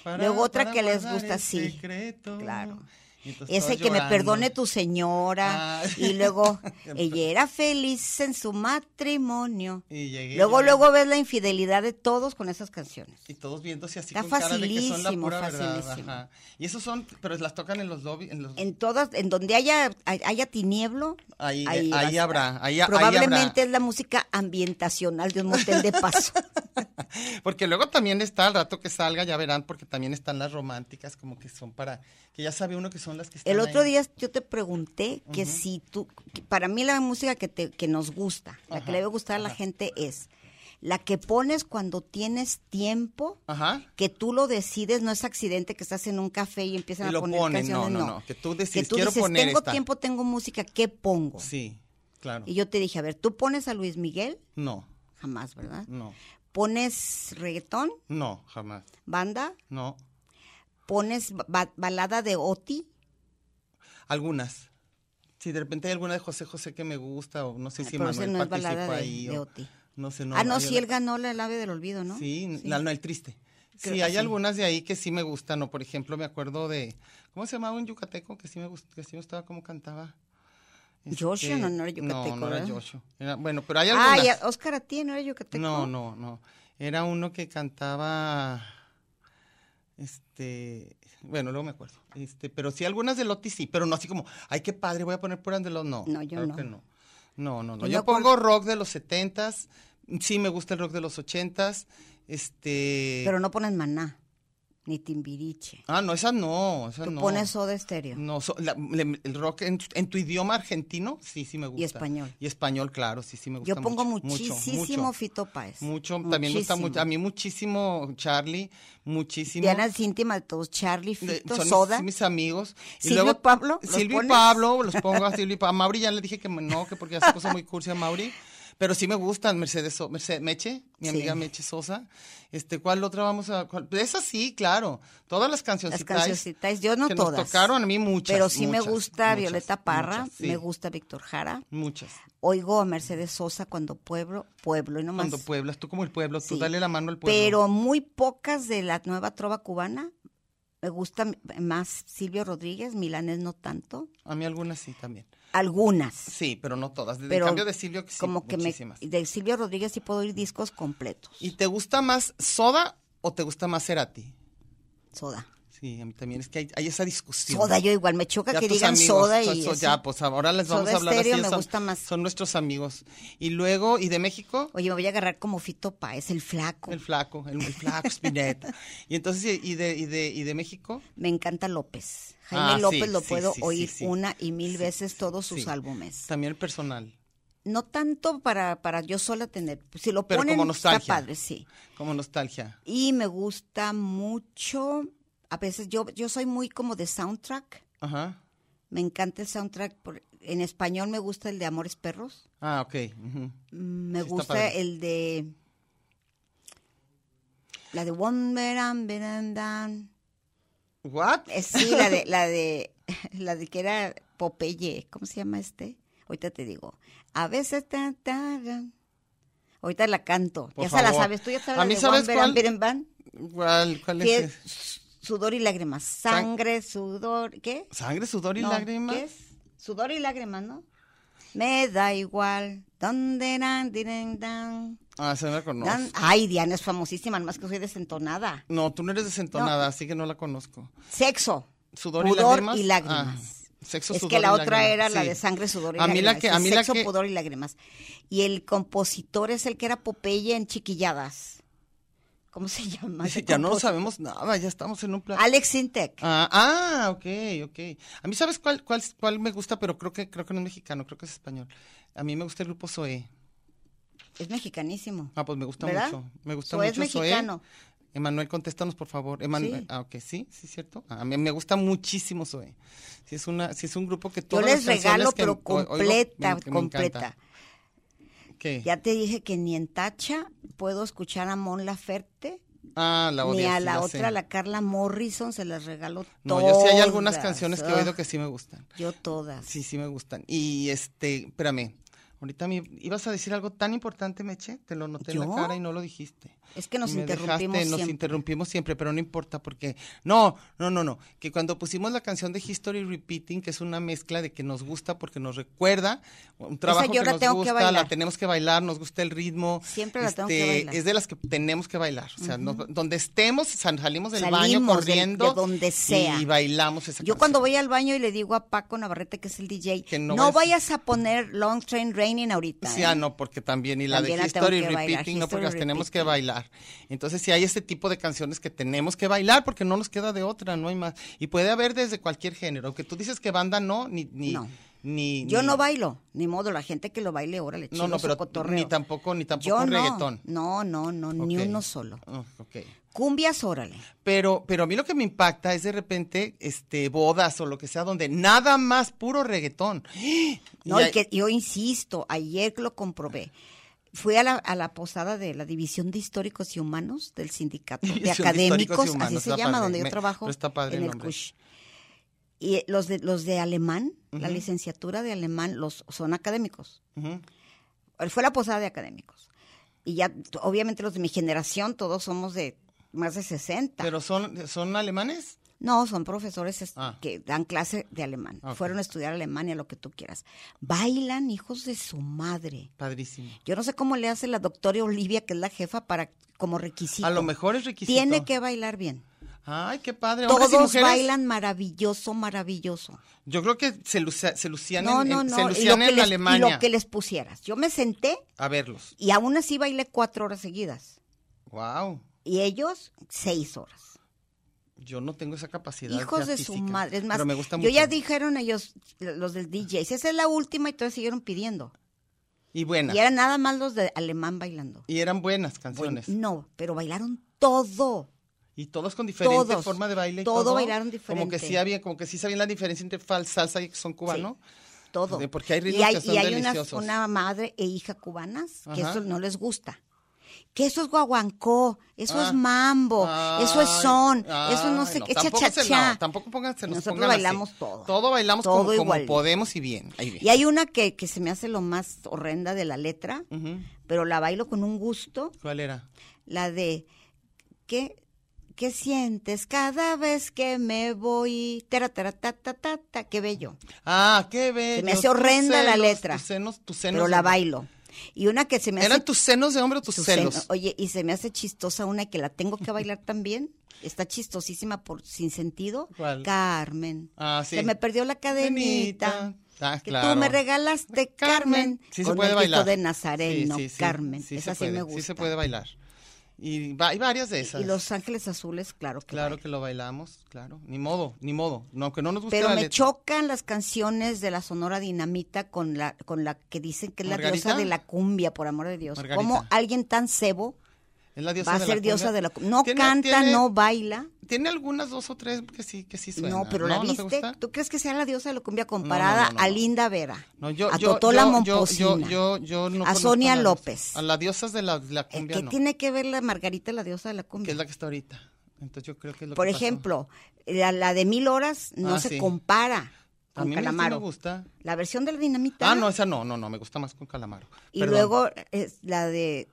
Speaker 3: Para-
Speaker 5: Luego otra
Speaker 3: para
Speaker 5: que les
Speaker 3: guardar
Speaker 5: gusta,
Speaker 3: el
Speaker 5: sí.
Speaker 3: secreto.
Speaker 5: Claro.
Speaker 3: Y entonces
Speaker 5: Ese
Speaker 3: todos
Speaker 5: que me perdone
Speaker 3: llorando.
Speaker 5: tu señora.
Speaker 3: Ah.
Speaker 5: Y luego, ella era feliz en su matrimonio.
Speaker 3: Y llegué
Speaker 5: Luego,
Speaker 3: yo.
Speaker 5: luego ves la infidelidad de todos con esas canciones.
Speaker 3: Y todos viéndose así
Speaker 5: Está
Speaker 3: con cara de que son la
Speaker 5: facilísimo,
Speaker 3: pura verdad.
Speaker 5: facilísimo.
Speaker 3: ajá. Y esos son, pero las tocan en los lobbies, en los
Speaker 5: En todas, en donde haya, hay- haya tinieblo,
Speaker 3: Ahí- eh, ahí
Speaker 5: va a estar.
Speaker 3: habrá, ahí- ahí habrá.
Speaker 5: Probablemente es la música ambientacional de un motel de paso.
Speaker 3: Porque luego también está al rato que salga, ya verán, porque también están las románticas, como que son para, que ya sabe uno que son las que están
Speaker 5: El otro
Speaker 3: ahí.
Speaker 5: día yo te pregunté que si tú, que para mí la música que, te, que nos gusta, la que le debe gustar a la gente es la que pones cuando tienes tiempo,
Speaker 3: Ajá.
Speaker 5: que tú lo decides, no es accidente que estás en un café y empiezan
Speaker 3: Y lo
Speaker 5: a poner
Speaker 3: ponen,
Speaker 5: canciones,
Speaker 3: no, no, no, que tú decides, quiero
Speaker 5: dices,
Speaker 3: poner
Speaker 5: tengo
Speaker 3: esta".
Speaker 5: tiempo, tengo música, ¿qué pongo?
Speaker 3: Sí, claro.
Speaker 5: Y yo te dije, a ver, ¿tú pones a Luis Miguel?
Speaker 3: No,
Speaker 5: Jamás, ¿verdad?
Speaker 3: no,
Speaker 5: ¿Pones reggaetón,
Speaker 3: no, jamás.
Speaker 5: banda?
Speaker 3: No.
Speaker 5: ¿Pones ba- balada de Oti?
Speaker 3: Algunas. Si de repente hay alguna de José José que me gusta, o no sé si
Speaker 5: Ah, Pero esa
Speaker 3: Manuel
Speaker 5: no es
Speaker 3: participó
Speaker 5: balada de-
Speaker 3: ahí.
Speaker 5: de
Speaker 3: o-
Speaker 5: Oti.
Speaker 3: No sé, no.
Speaker 5: ah, no,
Speaker 3: hay
Speaker 5: sí,
Speaker 3: otra-
Speaker 5: él ganó la- el ave del olvido, ¿no?
Speaker 3: Sí, la- no, el triste.
Speaker 5: Creo
Speaker 3: sí,
Speaker 5: que
Speaker 3: hay
Speaker 5: sí.
Speaker 3: algunas de ahí que sí me gustan, o por ejemplo me acuerdo de, ¿cómo se llamaba un yucateco que sí me gustaba, que sí me gustaba cómo cantaba?
Speaker 5: Yoshio, no, no era
Speaker 3: No,
Speaker 5: yucateco,
Speaker 3: no era
Speaker 5: ¿verdad?
Speaker 3: Yoshio. Era- bueno, pero hay algunas.
Speaker 5: Ah, y a- Oscar a ti, ¿no era yucateco?
Speaker 3: no, no, no. Era uno que cantaba, este, bueno, luego me acuerdo. Este, pero sí algunas de Lotti sí, pero no así como, ay, qué padre, voy a poner puras de los, no.
Speaker 5: No, yo
Speaker 3: claro
Speaker 5: no.
Speaker 3: que no. No, no, no.
Speaker 5: Yo
Speaker 3: Yo
Speaker 5: con-
Speaker 3: pongo rock de los setentas, sí me gusta el rock de los ochentas, este...
Speaker 5: Pero no pones maná, ni timbiriche.
Speaker 3: Ah, no, esa no, esa
Speaker 5: Tú
Speaker 3: no.
Speaker 5: pones soda estéreo.
Speaker 3: No, so- la- le- el rock en, en tu idioma argentino, sí, sí me gusta.
Speaker 5: español.
Speaker 3: Y español, claro, sí, sí me gusta.
Speaker 5: Yo pongo
Speaker 3: mucho, mucho,
Speaker 5: muchísimo
Speaker 3: mucho,
Speaker 5: Fito Páez.
Speaker 3: Mucho, también me gusta mucho. A mí muchísimo Charlie, muchísimo.
Speaker 5: Diana es íntima de todos, Charlie,
Speaker 3: de-
Speaker 5: Fito,
Speaker 3: son mis-
Speaker 5: Soda.
Speaker 3: mis, amigos.
Speaker 5: Silvio y Pablo, ¿los
Speaker 3: Silvio y
Speaker 5: pones?
Speaker 3: Pablo, los pongo a Silvio y Pablo. A Mauri ya le dije que me- no, que porque hace cosas muy cursi a Mauri. Pero sí me gustan Mercedes, So- Mercedes Meche, mi
Speaker 5: Sí.
Speaker 3: amiga Meche Sosa. Este, ¿cuál otra vamos a...? cuál? Esa sí, claro. Todas las
Speaker 5: Las
Speaker 3: cancioncitas.
Speaker 5: cancioncitas, yo no
Speaker 3: que
Speaker 5: todas.
Speaker 3: Nos tocaron a mí muchas.
Speaker 5: Pero sí
Speaker 3: muchas,
Speaker 5: me gusta
Speaker 3: muchas,
Speaker 5: Violeta Parra,
Speaker 3: muchas, sí,
Speaker 5: me gusta Víctor Jara.
Speaker 3: Muchas.
Speaker 5: Oigo a Mercedes Sosa cuando pueblo, pueblo y nomás.
Speaker 3: Cuando pueblas, tú como el pueblo, tú
Speaker 5: Sí.
Speaker 3: dale la mano al pueblo.
Speaker 5: Pero muy pocas de la nueva trova cubana. Me gusta m- más Silvio Rodríguez, Milanés no tanto.
Speaker 3: A mí algunas sí también.
Speaker 5: Algunas.
Speaker 3: Sí, pero no todas. Desde
Speaker 5: Pero
Speaker 3: cambio de Silvio, sí,
Speaker 5: como que
Speaker 3: muchísimas.
Speaker 5: me de Silvio Rodríguez sí puedo oír discos completos.
Speaker 3: ¿Y te gusta más Soda o te gusta más Cerati?
Speaker 5: Soda.
Speaker 3: Sí, a mí también. Es que hay, hay esa discusión.
Speaker 5: Soda, yo igual me choca
Speaker 3: Ya
Speaker 5: que
Speaker 3: tus
Speaker 5: digan
Speaker 3: amigos,
Speaker 5: soda
Speaker 3: so-
Speaker 5: y
Speaker 3: so-
Speaker 5: eso.
Speaker 3: Ya, pues ahora les
Speaker 5: Soda
Speaker 3: vamos a hablar
Speaker 5: Estéreo
Speaker 3: así.
Speaker 5: me
Speaker 3: son-
Speaker 5: gusta más.
Speaker 3: Son nuestros amigos. Y luego, ¿y de México?
Speaker 5: Oye, me voy a agarrar como Fito Páez, el flaco.
Speaker 3: El flaco, el, el flaco Spinetta. y entonces, ¿y de, y de, y de México?
Speaker 5: Me encanta López.
Speaker 3: Ah,
Speaker 5: Jaime
Speaker 3: sí,
Speaker 5: López lo
Speaker 3: sí,
Speaker 5: puedo
Speaker 3: sí, sí,
Speaker 5: oír
Speaker 3: sí.
Speaker 5: una y mil
Speaker 3: Sí,
Speaker 5: veces todos sus
Speaker 3: sí.
Speaker 5: álbumes.
Speaker 3: También el personal.
Speaker 5: No tanto para, para yo sola tener. Si lo
Speaker 3: Pero
Speaker 5: ponen,
Speaker 3: como
Speaker 5: está
Speaker 3: nostalgia.
Speaker 5: padre, sí.
Speaker 3: Como nostalgia.
Speaker 5: Y me gusta mucho, a veces yo, yo soy muy como de soundtrack,
Speaker 3: Ajá.
Speaker 5: me encanta el soundtrack, por- en español me gusta el de Amores Perros,
Speaker 3: Ah, ok. ujú.
Speaker 5: Mm, me
Speaker 3: Sí, está
Speaker 5: gusta
Speaker 3: padre.
Speaker 5: el de, la de One Beran Beran Dan,
Speaker 3: ¿What?
Speaker 5: Eh, sí, la de, la de, la de que era Popeye, ¿cómo se llama este? Ahorita te digo, a veces tan, tan, tan. ahorita la canto,
Speaker 3: Por
Speaker 5: ya se la
Speaker 3: favor.
Speaker 5: sabes, tú ya sabes
Speaker 3: A
Speaker 5: la
Speaker 3: mí
Speaker 5: de
Speaker 3: ¿sabes
Speaker 5: One Beran
Speaker 3: cuál?
Speaker 5: Beran Ban.
Speaker 3: ¿Cuál, cuál
Speaker 5: ¿Qué
Speaker 3: es? ese?
Speaker 5: es? Sudor y lágrimas. Sangre, sudor. ¿Qué?
Speaker 3: ¿Sangre, sudor y
Speaker 5: No,
Speaker 3: lágrimas?
Speaker 5: ¿qué es? Sudor y lágrimas, ¿no? Me da igual. ¿Dónde dan, diren, dan?
Speaker 3: Ah, se la conozco.
Speaker 5: Dan- Ay, Diana es famosísima, nomás que soy desentonada.
Speaker 3: No, tú no eres desentonada, así que no la conozco.
Speaker 5: Sexo.
Speaker 3: Sudor y
Speaker 5: pudor
Speaker 3: lágrimas.
Speaker 5: y lágrimas.
Speaker 3: Ah, sexo,
Speaker 5: es
Speaker 3: sudor
Speaker 5: que la
Speaker 3: y
Speaker 5: otra
Speaker 3: lágrimas,
Speaker 5: era la
Speaker 3: sí.
Speaker 5: de sangre, sudor y
Speaker 3: a mí
Speaker 5: lágrimas.
Speaker 3: la que,
Speaker 5: y
Speaker 3: a mí la
Speaker 5: sexo,
Speaker 3: que,
Speaker 5: pudor y lágrimas. Y el compositor es el que era Popeye en Chiquilladas. ¿Cómo se llama?
Speaker 3: Ah.
Speaker 5: ese
Speaker 3: ya no
Speaker 5: compositor?
Speaker 3: sabemos nada, ya estamos en un plan.
Speaker 5: Alex Sintek.
Speaker 3: Ah, ah, ok, ok. A mí sabes cuál, cuál, cuál me gusta, pero creo que, creo que no es mexicano, creo que es español. A mí me gusta el grupo Zoé.
Speaker 5: Es mexicanísimo.
Speaker 3: Ah, pues me gusta
Speaker 5: ¿Verdad?
Speaker 3: mucho. Me gusta
Speaker 5: Zoé es
Speaker 3: mucho ¿eh? Zoé.
Speaker 5: mexicano.
Speaker 3: Emanuel, contéstanos, por favor. Emanuel,
Speaker 5: Sí.
Speaker 3: Ah, ok, sí, sí, cierto. Ah, A mí me gusta muchísimo Zoé. Si es, una, si es un grupo que
Speaker 5: Yo
Speaker 3: todas
Speaker 5: les
Speaker 3: las canciones
Speaker 5: regalo,
Speaker 3: que
Speaker 5: pero
Speaker 3: o- oigo,
Speaker 5: completa,
Speaker 3: me- que me
Speaker 5: completa.
Speaker 3: encantan. ¿Qué?
Speaker 5: Ya te dije que ni en Tacha puedo escuchar a Mon Laferte
Speaker 3: Ah, la
Speaker 5: ni
Speaker 3: odias,
Speaker 5: a
Speaker 3: sí,
Speaker 5: la
Speaker 3: ya
Speaker 5: otra,
Speaker 3: sé.
Speaker 5: la Carla Morrison, se las regaló
Speaker 3: No,
Speaker 5: todas.
Speaker 3: yo sí hay algunas canciones que he
Speaker 5: Ugh,
Speaker 3: oído que sí me gustan.
Speaker 5: Yo todas.
Speaker 3: Sí, sí me gustan. Y este, espérame. Ahorita me ibas a decir algo tan importante, Meche. Te lo noté en
Speaker 5: ¿Yo?
Speaker 3: la cara y no lo dijiste.
Speaker 5: Es que nos
Speaker 3: Me
Speaker 5: interrumpimos
Speaker 3: nos
Speaker 5: siempre.
Speaker 3: interrumpimos siempre, pero no importa porque no, no, no, no, que cuando pusimos la canción de History Repeating, que es una mezcla de que nos gusta porque nos recuerda un trabajo
Speaker 5: yo
Speaker 3: que
Speaker 5: la
Speaker 3: nos
Speaker 5: tengo que
Speaker 3: gusta,
Speaker 5: bailar.
Speaker 3: la tenemos que bailar, nos gusta el ritmo. este,
Speaker 5: Siempre la tengo que bailar.
Speaker 3: Es de las que tenemos que bailar, o sea, nos- donde estemos sal- salimos del baño
Speaker 5: Salimos del-
Speaker 3: corriendo
Speaker 5: de donde sea.
Speaker 3: y bailamos esa
Speaker 5: Yo
Speaker 3: canción.
Speaker 5: cuando voy al baño y le digo a Paco Navarrete, que es el DJ,
Speaker 3: Que
Speaker 5: no,
Speaker 3: no
Speaker 5: vayas a poner Long Train Raining ahorita.
Speaker 3: Sí,
Speaker 5: ¿eh?"
Speaker 3: ah, no, porque también, y la
Speaker 5: También
Speaker 3: de
Speaker 5: la tengo
Speaker 3: History
Speaker 5: que bailar,
Speaker 3: Repeating, no,
Speaker 5: History
Speaker 3: porque las tenemos que
Speaker 5: Repeating.
Speaker 3: bailar. Entonces, si hay este tipo de canciones que tenemos que bailar, porque no nos queda de otra, no hay más. Y puede haber desde cualquier género, aunque tú dices que banda no, ni... ni,
Speaker 5: No.
Speaker 3: ni
Speaker 5: Yo
Speaker 3: ni-
Speaker 5: no bailo, ni modo, la gente que lo baile, órale,
Speaker 3: No, no,
Speaker 5: chilo,
Speaker 3: pero
Speaker 5: socotorreo.
Speaker 3: ni tampoco, ni tampoco
Speaker 5: Yo
Speaker 3: un
Speaker 5: no,
Speaker 3: reggaetón.
Speaker 5: No, no, no, ni
Speaker 3: Ok.
Speaker 5: uno solo.
Speaker 3: Ah, ok.
Speaker 5: Cumbias, órale.
Speaker 3: Pero, pero a mí lo que me impacta es de repente, este, bodas o lo que sea, donde nada más puro reggaetón.
Speaker 5: No,
Speaker 3: Y
Speaker 5: y
Speaker 3: hay-
Speaker 5: que yo insisto, ayer lo comprobé. Fui a la, a la posada de la División de Históricos y Humanos del sindicato de
Speaker 3: División de Históricos y
Speaker 5: académicos, así
Speaker 3: Humanos,
Speaker 5: se
Speaker 3: está
Speaker 5: llama,
Speaker 3: padre.
Speaker 5: donde yo
Speaker 3: Me-
Speaker 5: trabajo
Speaker 3: pero está padre
Speaker 5: en
Speaker 3: el
Speaker 5: el
Speaker 3: nombre.
Speaker 5: CUSH. Y eh, los de, los de alemán, la licenciatura de alemán, los son académicos. Eh,
Speaker 3: Ujú.
Speaker 5: Fue la posada de académicos. Y ya, t- obviamente, los de mi generación, todos somos de más de 60.
Speaker 3: Pero son, son alemanes.
Speaker 5: No, son profesores es-
Speaker 3: Ah.
Speaker 5: que dan clase de alemán.
Speaker 3: Ok.
Speaker 5: Fueron a estudiar a Alemania, lo que tú quieras. Bailan hijos de su madre.
Speaker 3: Padrísimo.
Speaker 5: Yo no sé cómo le hace la doctora Olivia, que es la jefa, para como requisito.
Speaker 3: A lo mejor es requisito.
Speaker 5: Tiene que bailar bien.
Speaker 3: Ay, qué padre. hombres y
Speaker 5: Todos
Speaker 3: mujeres.
Speaker 5: bailan maravilloso, maravilloso.
Speaker 3: Yo creo que se, lucia- se lucían
Speaker 5: No,
Speaker 3: en,
Speaker 5: no,
Speaker 3: en-
Speaker 5: no.
Speaker 3: se
Speaker 5: y
Speaker 3: lucían
Speaker 5: lo que
Speaker 3: en
Speaker 5: les-
Speaker 3: Alemania.
Speaker 5: Y lo que les pusieras. Yo me senté
Speaker 3: A verlos.
Speaker 5: y aún así bailé cuatro horas seguidas.
Speaker 3: Wow.
Speaker 5: Y ellos, seis horas.
Speaker 3: Yo no tengo esa capacidad.
Speaker 5: Hijos
Speaker 3: ya
Speaker 5: de su
Speaker 3: física,
Speaker 5: madre. Es más,
Speaker 3: pero me gusta
Speaker 5: yo
Speaker 3: mucho.
Speaker 5: ya dijeron ellos, los del DJ, esa es la última y todos siguieron pidiendo.
Speaker 3: Y buenas.
Speaker 5: Y eran nada más los de alemán bailando.
Speaker 3: Y eran buenas canciones.
Speaker 5: No, pero bailaron todo.
Speaker 3: y todos con diferente
Speaker 5: Todos.
Speaker 3: forma de baile. y
Speaker 5: Todo
Speaker 3: todo,
Speaker 5: bailaron
Speaker 3: Como
Speaker 5: diferente.
Speaker 3: que sí había, como que sí sabían la diferencia entre fal- salsa y son cubano.
Speaker 5: todo.
Speaker 3: De- porque hay
Speaker 5: y
Speaker 3: ritmos
Speaker 5: hay,
Speaker 3: que son
Speaker 5: y hay unas-
Speaker 3: deliciosos.
Speaker 5: una madre e hija cubanas que
Speaker 3: Ajá.
Speaker 5: eso no les gusta. Que eso es guaguancó, eso
Speaker 3: Ah.
Speaker 5: es mambo, Oh, eso es
Speaker 3: Ay,
Speaker 5: son, eso no
Speaker 3: ay,
Speaker 5: sé qué,
Speaker 3: tampoco se-
Speaker 5: chachachá.
Speaker 3: no, tampoco pónganse, nos
Speaker 5: Nosotros
Speaker 3: pongan así.
Speaker 5: bailamos todo.
Speaker 3: Todo bailamos
Speaker 5: Todo
Speaker 3: como, como
Speaker 5: igual.
Speaker 3: podemos y bien. Ahí bien.
Speaker 5: Y hay una que, que se me hace lo más horrenda de la letra,
Speaker 3: Ujú.
Speaker 5: pero la bailo con un gusto,
Speaker 3: ¿Cuál era?
Speaker 5: la de ¿qué, qué sientes cada vez que me voy? Tera, tera, ta, ta, ta, ta, qué bello.
Speaker 3: Ah, qué bello.
Speaker 5: hace
Speaker 3: tus
Speaker 5: horrenda la
Speaker 3: senos,
Speaker 5: letra.
Speaker 3: Tus senos, tus senos.
Speaker 5: Pero la
Speaker 3: de-
Speaker 5: bailo. Y una que se me hace
Speaker 3: ¿Eran tus senos de hombre o tus
Speaker 5: Sus
Speaker 3: celos?
Speaker 5: senos. Oye, y se me hace chistosa una que la tengo que bailar también. Está chistosísima por sin sentido.
Speaker 3: ¿Cuál?
Speaker 5: Carmen.
Speaker 3: Ah, sí.
Speaker 5: Se me perdió la cadenita.
Speaker 3: Cadenita. Ah,
Speaker 5: que
Speaker 3: claro.
Speaker 5: tú me regalaste, Carmen.
Speaker 3: Sí
Speaker 5: con
Speaker 3: se puede
Speaker 5: el grito
Speaker 3: bailar.
Speaker 5: de Nazareno,
Speaker 3: Sí, sí, sí.
Speaker 5: Carmen.
Speaker 3: Sí se
Speaker 5: Esa sí me
Speaker 3: puede, Sí
Speaker 5: gusta.
Speaker 3: se puede bailar. Y va- hay varias de esas.
Speaker 5: Y Los Ángeles Azules, claro que
Speaker 3: Claro
Speaker 5: bailo.
Speaker 3: que lo bailamos, claro. Ni modo, ni modo. No, aunque no nos guste
Speaker 5: Pero
Speaker 3: la
Speaker 5: me
Speaker 3: letra.
Speaker 5: chocan las canciones de la Sonora Dinamita con la con la que dicen que es la
Speaker 3: ¿Margarita?
Speaker 5: diosa de la cumbia, por amor de Dios.
Speaker 3: Margarita.
Speaker 5: ¿Cómo alguien tan cebo
Speaker 3: Es la diosa
Speaker 5: va a
Speaker 3: de
Speaker 5: ser
Speaker 3: la
Speaker 5: diosa
Speaker 3: cumbia.
Speaker 5: de la cumbia? No
Speaker 3: Tiene-
Speaker 5: canta,
Speaker 3: tiene-
Speaker 5: no baila.
Speaker 3: Tiene algunas dos o tres que sí, que sí suenan.
Speaker 5: no, pero la
Speaker 3: ¿No te
Speaker 5: viste.
Speaker 3: gusta?
Speaker 5: ¿Tú crees que sea la diosa de la cumbia comparada
Speaker 3: no, no,
Speaker 5: a
Speaker 3: no.
Speaker 5: Linda Vera?
Speaker 3: No, yo,
Speaker 5: a
Speaker 3: yo,
Speaker 5: Totola
Speaker 3: yo- yo- yo,
Speaker 5: Momposina.
Speaker 3: yo, yo no
Speaker 5: a
Speaker 3: conozco
Speaker 5: Sonia
Speaker 3: las-
Speaker 5: López.
Speaker 3: A las diosas de la, de la
Speaker 5: Eh,
Speaker 3: cumbia,
Speaker 5: ¿Qué
Speaker 3: no,
Speaker 5: tiene que ver la Margarita, la diosa de la
Speaker 3: que
Speaker 5: cumbia?
Speaker 3: es la que está ahorita. Entonces yo creo que es lo
Speaker 5: Por
Speaker 3: que pasó.
Speaker 5: ejemplo, la, la de Mil Horas no
Speaker 3: Ah,
Speaker 5: se
Speaker 3: sí.
Speaker 5: compara
Speaker 3: A
Speaker 5: con
Speaker 3: mí me- sí
Speaker 5: Calamaro.
Speaker 3: me gusta.
Speaker 5: La versión de la dinamita.
Speaker 3: Ah, no, esa no, no, no, me gusta más con calamaro.
Speaker 5: y
Speaker 3: Perdón.
Speaker 5: luego es la de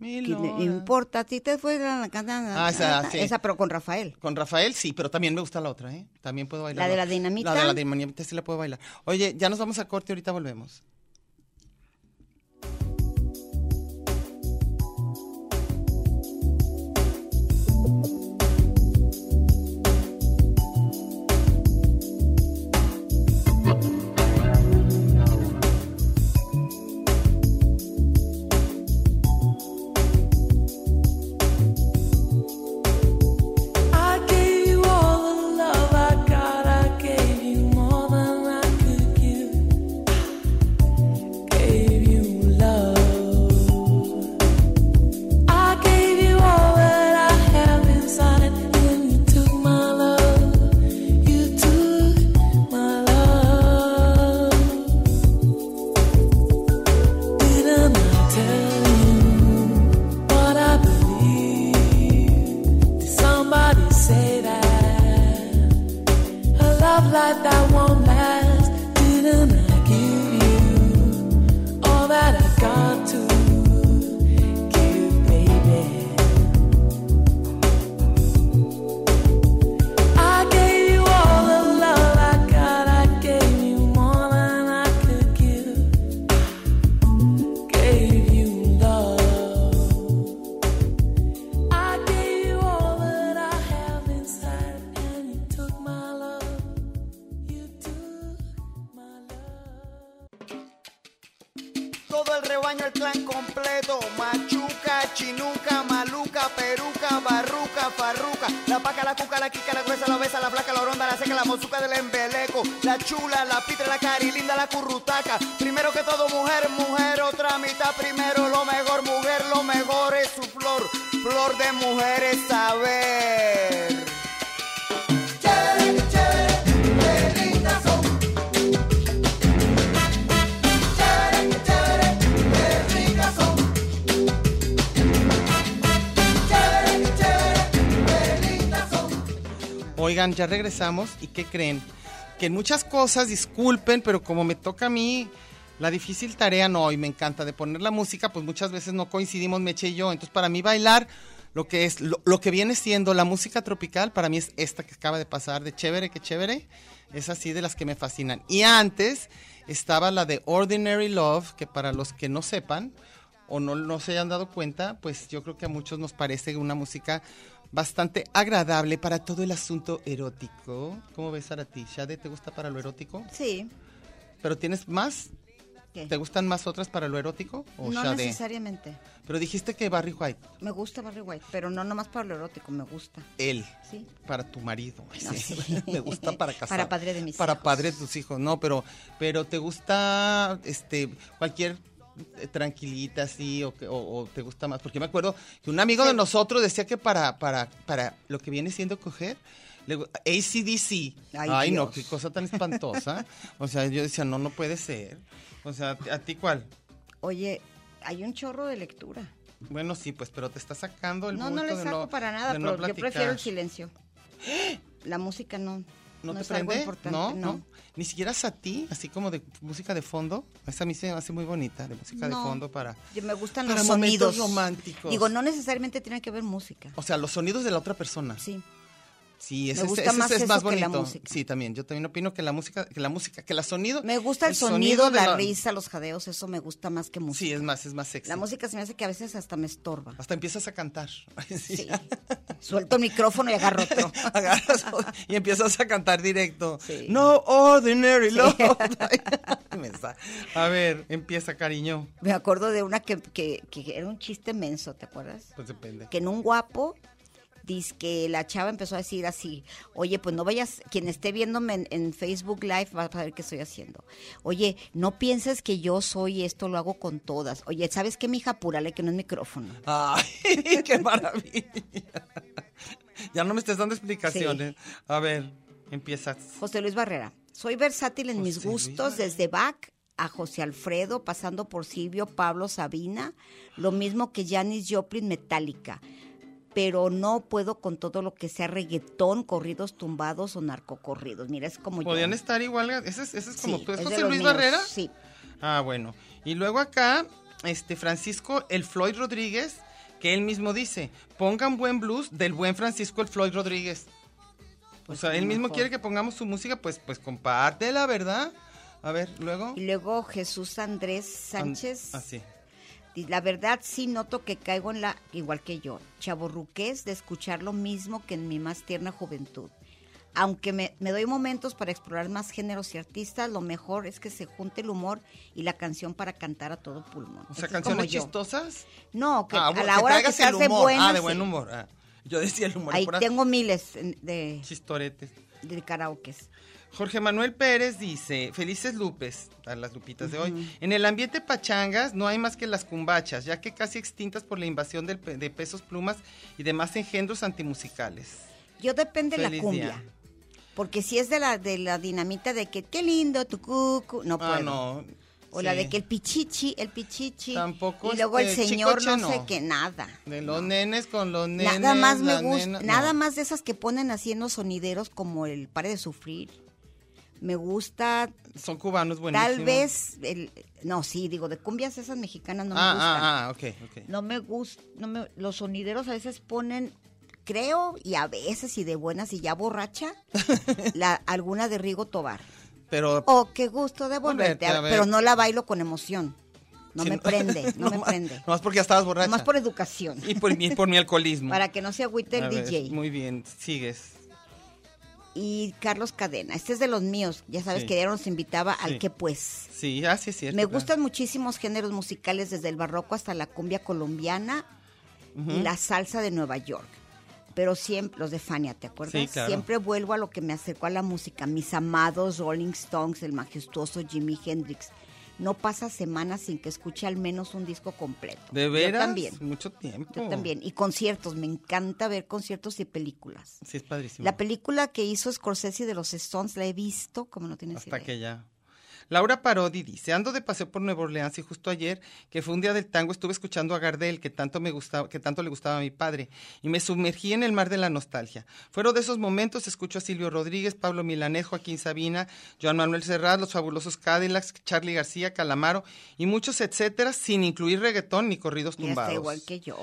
Speaker 3: Mil
Speaker 5: que no
Speaker 3: horas.
Speaker 5: importa, si te fue la- la- la- la-
Speaker 3: Ah, esa,
Speaker 5: la-
Speaker 3: sí.
Speaker 5: esa, pero con Rafael.
Speaker 3: Con Rafael sí, pero también me gusta la otra, ¿eh? También puedo bailar.
Speaker 5: ¿La de la dinamita?
Speaker 3: La de la dinamita sí la puedo bailar. Oye, ya nos vamos a corte, ahorita volvemos.
Speaker 8: I gave you all the love I got. I gave you more than I could give.
Speaker 9: todo el rebaño, el clan completo. Machuca, chinuca, maluca, peruca, barruca, farruca. La paca, la cuca, la quica, la gruesa, la besa, la placa, la oronda, la seca, la mozuca del embeleco. La chula, la pitre, la carilinda, la currutaca. Primero que todo, mujer, mujer, otra mitad primero. Lo mejor, mujer, lo mejor es su flor. Flor de mujeres, saber.
Speaker 3: Oigan, ya regresamos y ¿qué creen? Que en muchas cosas, disculpen, pero como me toca a mí la difícil tarea, no, y me encanta de poner la música, pues muchas veces no coincidimos Meche y yo. Entonces, para mí bailar, lo que es, lo, lo que viene siendo la música tropical, para mí es esta que acaba de pasar, de chévere, que chévere. Es así de las que me fascinan. Y antes estaba la de Ordinary Love, que para los que no sepan o no, no se hayan dado cuenta, pues yo creo que a muchos nos parece una música bastante agradable para todo el asunto erótico. ¿Cómo ves Sara, a ti? ¿Shade te gusta para lo erótico?
Speaker 5: Sí.
Speaker 3: ¿Pero tienes más?
Speaker 5: ¿Qué?
Speaker 3: ¿Te gustan más otras para lo erótico? ¿O
Speaker 5: no
Speaker 3: Sade?
Speaker 5: necesariamente.
Speaker 3: Pero dijiste que Barry White,
Speaker 5: Me gusta Barry White, pero no nomás para lo erótico, me gusta.
Speaker 3: él,
Speaker 5: Sí.
Speaker 3: para tu marido. Ay,
Speaker 5: No,
Speaker 3: sí.
Speaker 5: sí.
Speaker 3: Me gusta para casar.
Speaker 5: Para padre de mis
Speaker 3: Para
Speaker 5: hijos.
Speaker 3: padre de tus hijos, no, pero, pero te gusta este cualquier eh, tranquilita así o, que- o- o te gusta más porque me acuerdo que un amigo de nosotros decía que para para para lo que viene siendo coger le gu- ACDC ay,
Speaker 5: Ay,
Speaker 3: no
Speaker 5: Dios.
Speaker 3: qué cosa tan espantosa o sea yo decía no no puede ser o sea a ti cuál
Speaker 5: Oye, hay un chorro de lectura.
Speaker 3: bueno sí pues pero te está sacando el
Speaker 5: no, no
Speaker 3: bulto
Speaker 5: le
Speaker 3: de
Speaker 5: saco para nada,
Speaker 3: de no
Speaker 5: pero yo
Speaker 3: platicar.
Speaker 5: prefiero el silencio. La música no.
Speaker 3: ¿No, te
Speaker 5: es algo
Speaker 3: prende?
Speaker 5: importante,
Speaker 3: no,
Speaker 5: no.
Speaker 3: no. Ni siquiera es a ti, así como de música de fondo. Esa a mí se me hace muy bonita, de música
Speaker 5: No.
Speaker 3: de fondo para.
Speaker 5: Yo- Me gustan
Speaker 3: Para
Speaker 5: los
Speaker 3: momentos
Speaker 5: sonidos.
Speaker 3: románticos.
Speaker 5: Digo, no necesariamente tiene que ver música.
Speaker 3: O sea, los sonidos de la otra persona. Sí,
Speaker 5: Sí.
Speaker 3: ese,
Speaker 5: Me
Speaker 3: es-
Speaker 5: gusta
Speaker 3: ese
Speaker 5: más
Speaker 3: es
Speaker 5: eso
Speaker 3: más
Speaker 5: que la
Speaker 3: bonito.
Speaker 5: música.
Speaker 3: sí, también. Yo también opino que la música, que la música, que la sonido.
Speaker 5: Me gusta el, sonido, la, risa, los jadeos, eso me gusta más que música.
Speaker 3: Sí, es más, es más sexy.
Speaker 5: La música se me hace que a veces hasta me estorba.
Speaker 3: Hasta empiezas a cantar. Sí.
Speaker 5: Sí. Suelto el micrófono y agarro otro.
Speaker 3: Agarras y empiezas a cantar directo.
Speaker 5: Sí.
Speaker 3: No ordinary love. Me sa- a ver, empieza, cariño.
Speaker 5: Me acuerdo de una que, que- que era un chiste menso, ¿te acuerdas?
Speaker 3: Pues depende.
Speaker 5: Que en un guapo, dice que la chava empezó a decir así, oye, pues no vayas, quien esté viéndome en, en Facebook Live va a saber qué estoy haciendo. Oye, no pienses que yo soy esto, lo hago con todas. Oye, ¿sabes qué, mija? Apúrale que no es micrófono.
Speaker 3: Ay, qué maravilla. Ya no me estés dando explicaciones. A ver, empiezas.
Speaker 5: José Luis Barrera. Soy versátil en mis
Speaker 3: José Luis
Speaker 5: gustos, desde Bach a José Alfredo, pasando por Silvio, Pablo, Sabina, lo mismo que Janis Joplin, Metallica. Pero no puedo con todo lo que sea reggaetón, corridos tumbados o narcocorridos. Mira, es como yo.
Speaker 3: Podrían estar igual. Ese es, ese es como
Speaker 5: Sí,
Speaker 3: tú. ¿Es
Speaker 5: es de
Speaker 3: José
Speaker 5: los
Speaker 3: Luis
Speaker 5: míos,
Speaker 3: Barrera?
Speaker 5: Sí.
Speaker 3: Ah, bueno. Y luego acá, este Francisco, el Floyd Rodríguez, que él mismo dice: pongan buen blues del buen Francisco, el Floyd Rodríguez.
Speaker 5: Pues
Speaker 3: o sea, él mismo quiere que pongamos su música, pues, pues compártela, ¿verdad? A ver, luego. Ah,
Speaker 5: Y luego Jesús Andrés Sánchez.
Speaker 3: Así.
Speaker 5: Dice, La verdad sí noto que caigo en la, igual que yo, chaborruqués de escuchar lo mismo que en mi más tierna juventud. Aunque me, me doy momentos para explorar más géneros y artistas, lo mejor es que se junte el humor y la canción para cantar a todo pulmón.
Speaker 3: O sea,
Speaker 5: Ese es como
Speaker 3: canciones
Speaker 5: yo.
Speaker 3: chistosas.
Speaker 5: No, que
Speaker 3: Ah,
Speaker 5: a
Speaker 3: bueno,
Speaker 5: la hora que
Speaker 3: traigas
Speaker 5: estás
Speaker 3: el
Speaker 5: de
Speaker 3: humor.
Speaker 5: buena,
Speaker 3: Ah, de
Speaker 5: sí.
Speaker 3: buen humor. ah. Yo decía el humor.
Speaker 5: Ahí
Speaker 3: puras
Speaker 5: tengo miles en- de,
Speaker 3: Chistoretes.
Speaker 5: de karaokes.
Speaker 3: Jorge Manuel Pérez dice, felices lupes, a las lupitas de hoy. En el ambiente pachangas no hay más que las cumbachas, ya que casi extintas por la invasión del pe- de pesos plumas y demás engendros antimusicales.
Speaker 5: Yo depende de la
Speaker 3: Feliz
Speaker 5: cumbia.
Speaker 3: día.
Speaker 5: Porque si es de la, de la dinamita de que qué lindo tu cucu, no puedo.
Speaker 3: Ah, no.
Speaker 5: O la
Speaker 3: sí.
Speaker 5: de que el pichichi, el pichichi.
Speaker 3: Tampoco,
Speaker 5: Y luego el
Speaker 3: este,
Speaker 5: señor
Speaker 3: chicoche,
Speaker 5: no, sé
Speaker 3: no.
Speaker 5: qué, nada.
Speaker 3: De los nenes con los nenes.
Speaker 5: Nada más me
Speaker 3: la
Speaker 5: gusta,
Speaker 3: nena-
Speaker 5: nada
Speaker 3: no.
Speaker 5: más de esas que ponen así en los sonideros como el Pare de Sufrir. Me gusta,
Speaker 3: Son cubanos buenísimos.
Speaker 5: tal vez, el, no, sí, digo, de cumbias esas mexicanas no me gustan.
Speaker 3: ah, ah, ah, ok, ok.
Speaker 5: No me gusta, los sonideros a veces ponen, creo, y a veces, y de buenas y ya borracha, la, alguna de Rigo Tobar.
Speaker 3: Pero
Speaker 5: Oh, qué gusto de
Speaker 3: Volverte
Speaker 5: volverte,
Speaker 3: a
Speaker 5: a-
Speaker 3: ver.
Speaker 5: pero no la bailo con emoción. No
Speaker 3: si
Speaker 5: me prende, no, me
Speaker 3: más-
Speaker 5: prende.
Speaker 3: Nomás porque ya estabas borracha.
Speaker 5: Nomás por educación,
Speaker 3: Y por mi, por mi alcoholismo.
Speaker 5: para que no se agüite
Speaker 3: A
Speaker 5: el
Speaker 3: ver,
Speaker 5: DJ.
Speaker 3: Muy bien, sigues.
Speaker 5: y Carlos Cadena. Este es de los míos. Ya sabes
Speaker 3: Sí.
Speaker 5: que Diario nos invitaba al
Speaker 3: Sí.
Speaker 5: que pues.
Speaker 3: Sí, así es cierto.
Speaker 5: Me
Speaker 3: claro.
Speaker 5: gustan muchísimos géneros musicales, desde el barroco hasta la cumbia colombiana y la salsa de Nueva York. Pero siempre, los de Fania, ¿te acuerdas?
Speaker 3: Sí, claro.
Speaker 5: Siempre vuelvo a lo que me acercó a la música. Mis amados Rolling Stones, el majestuoso Jimi Hendrix. No pasa semana sin que escuche al menos un disco completo.
Speaker 3: ¿De veras?
Speaker 5: Yo también.
Speaker 3: Mucho tiempo.
Speaker 5: Yo también. Y conciertos. Me encanta ver conciertos y películas.
Speaker 3: Sí, es padrísimo.
Speaker 5: La película que hizo Scorsese de los Stones la he visto, como no tienes
Speaker 3: Hasta
Speaker 5: idea.
Speaker 3: que ya. Laura Parodi dice, ando de paseo por Nueva Orleans y justo ayer, que fue un día del tango, estuve escuchando a Gardel, que tanto, me gustaba, que tanto le gustaba a mi padre, y me sumergí en el mar de la nostalgia. Fueron de esos momentos, escucho a Silvio Rodríguez, Pablo Milanés, Joaquín Sabina, Joan Manuel Serrat, los fabulosos Cadillacs, Charlie García, Calamaro, y muchos etcétera, sin incluir reggaetón ni corridos
Speaker 5: Ya está
Speaker 3: tumbados.
Speaker 5: igual que yo.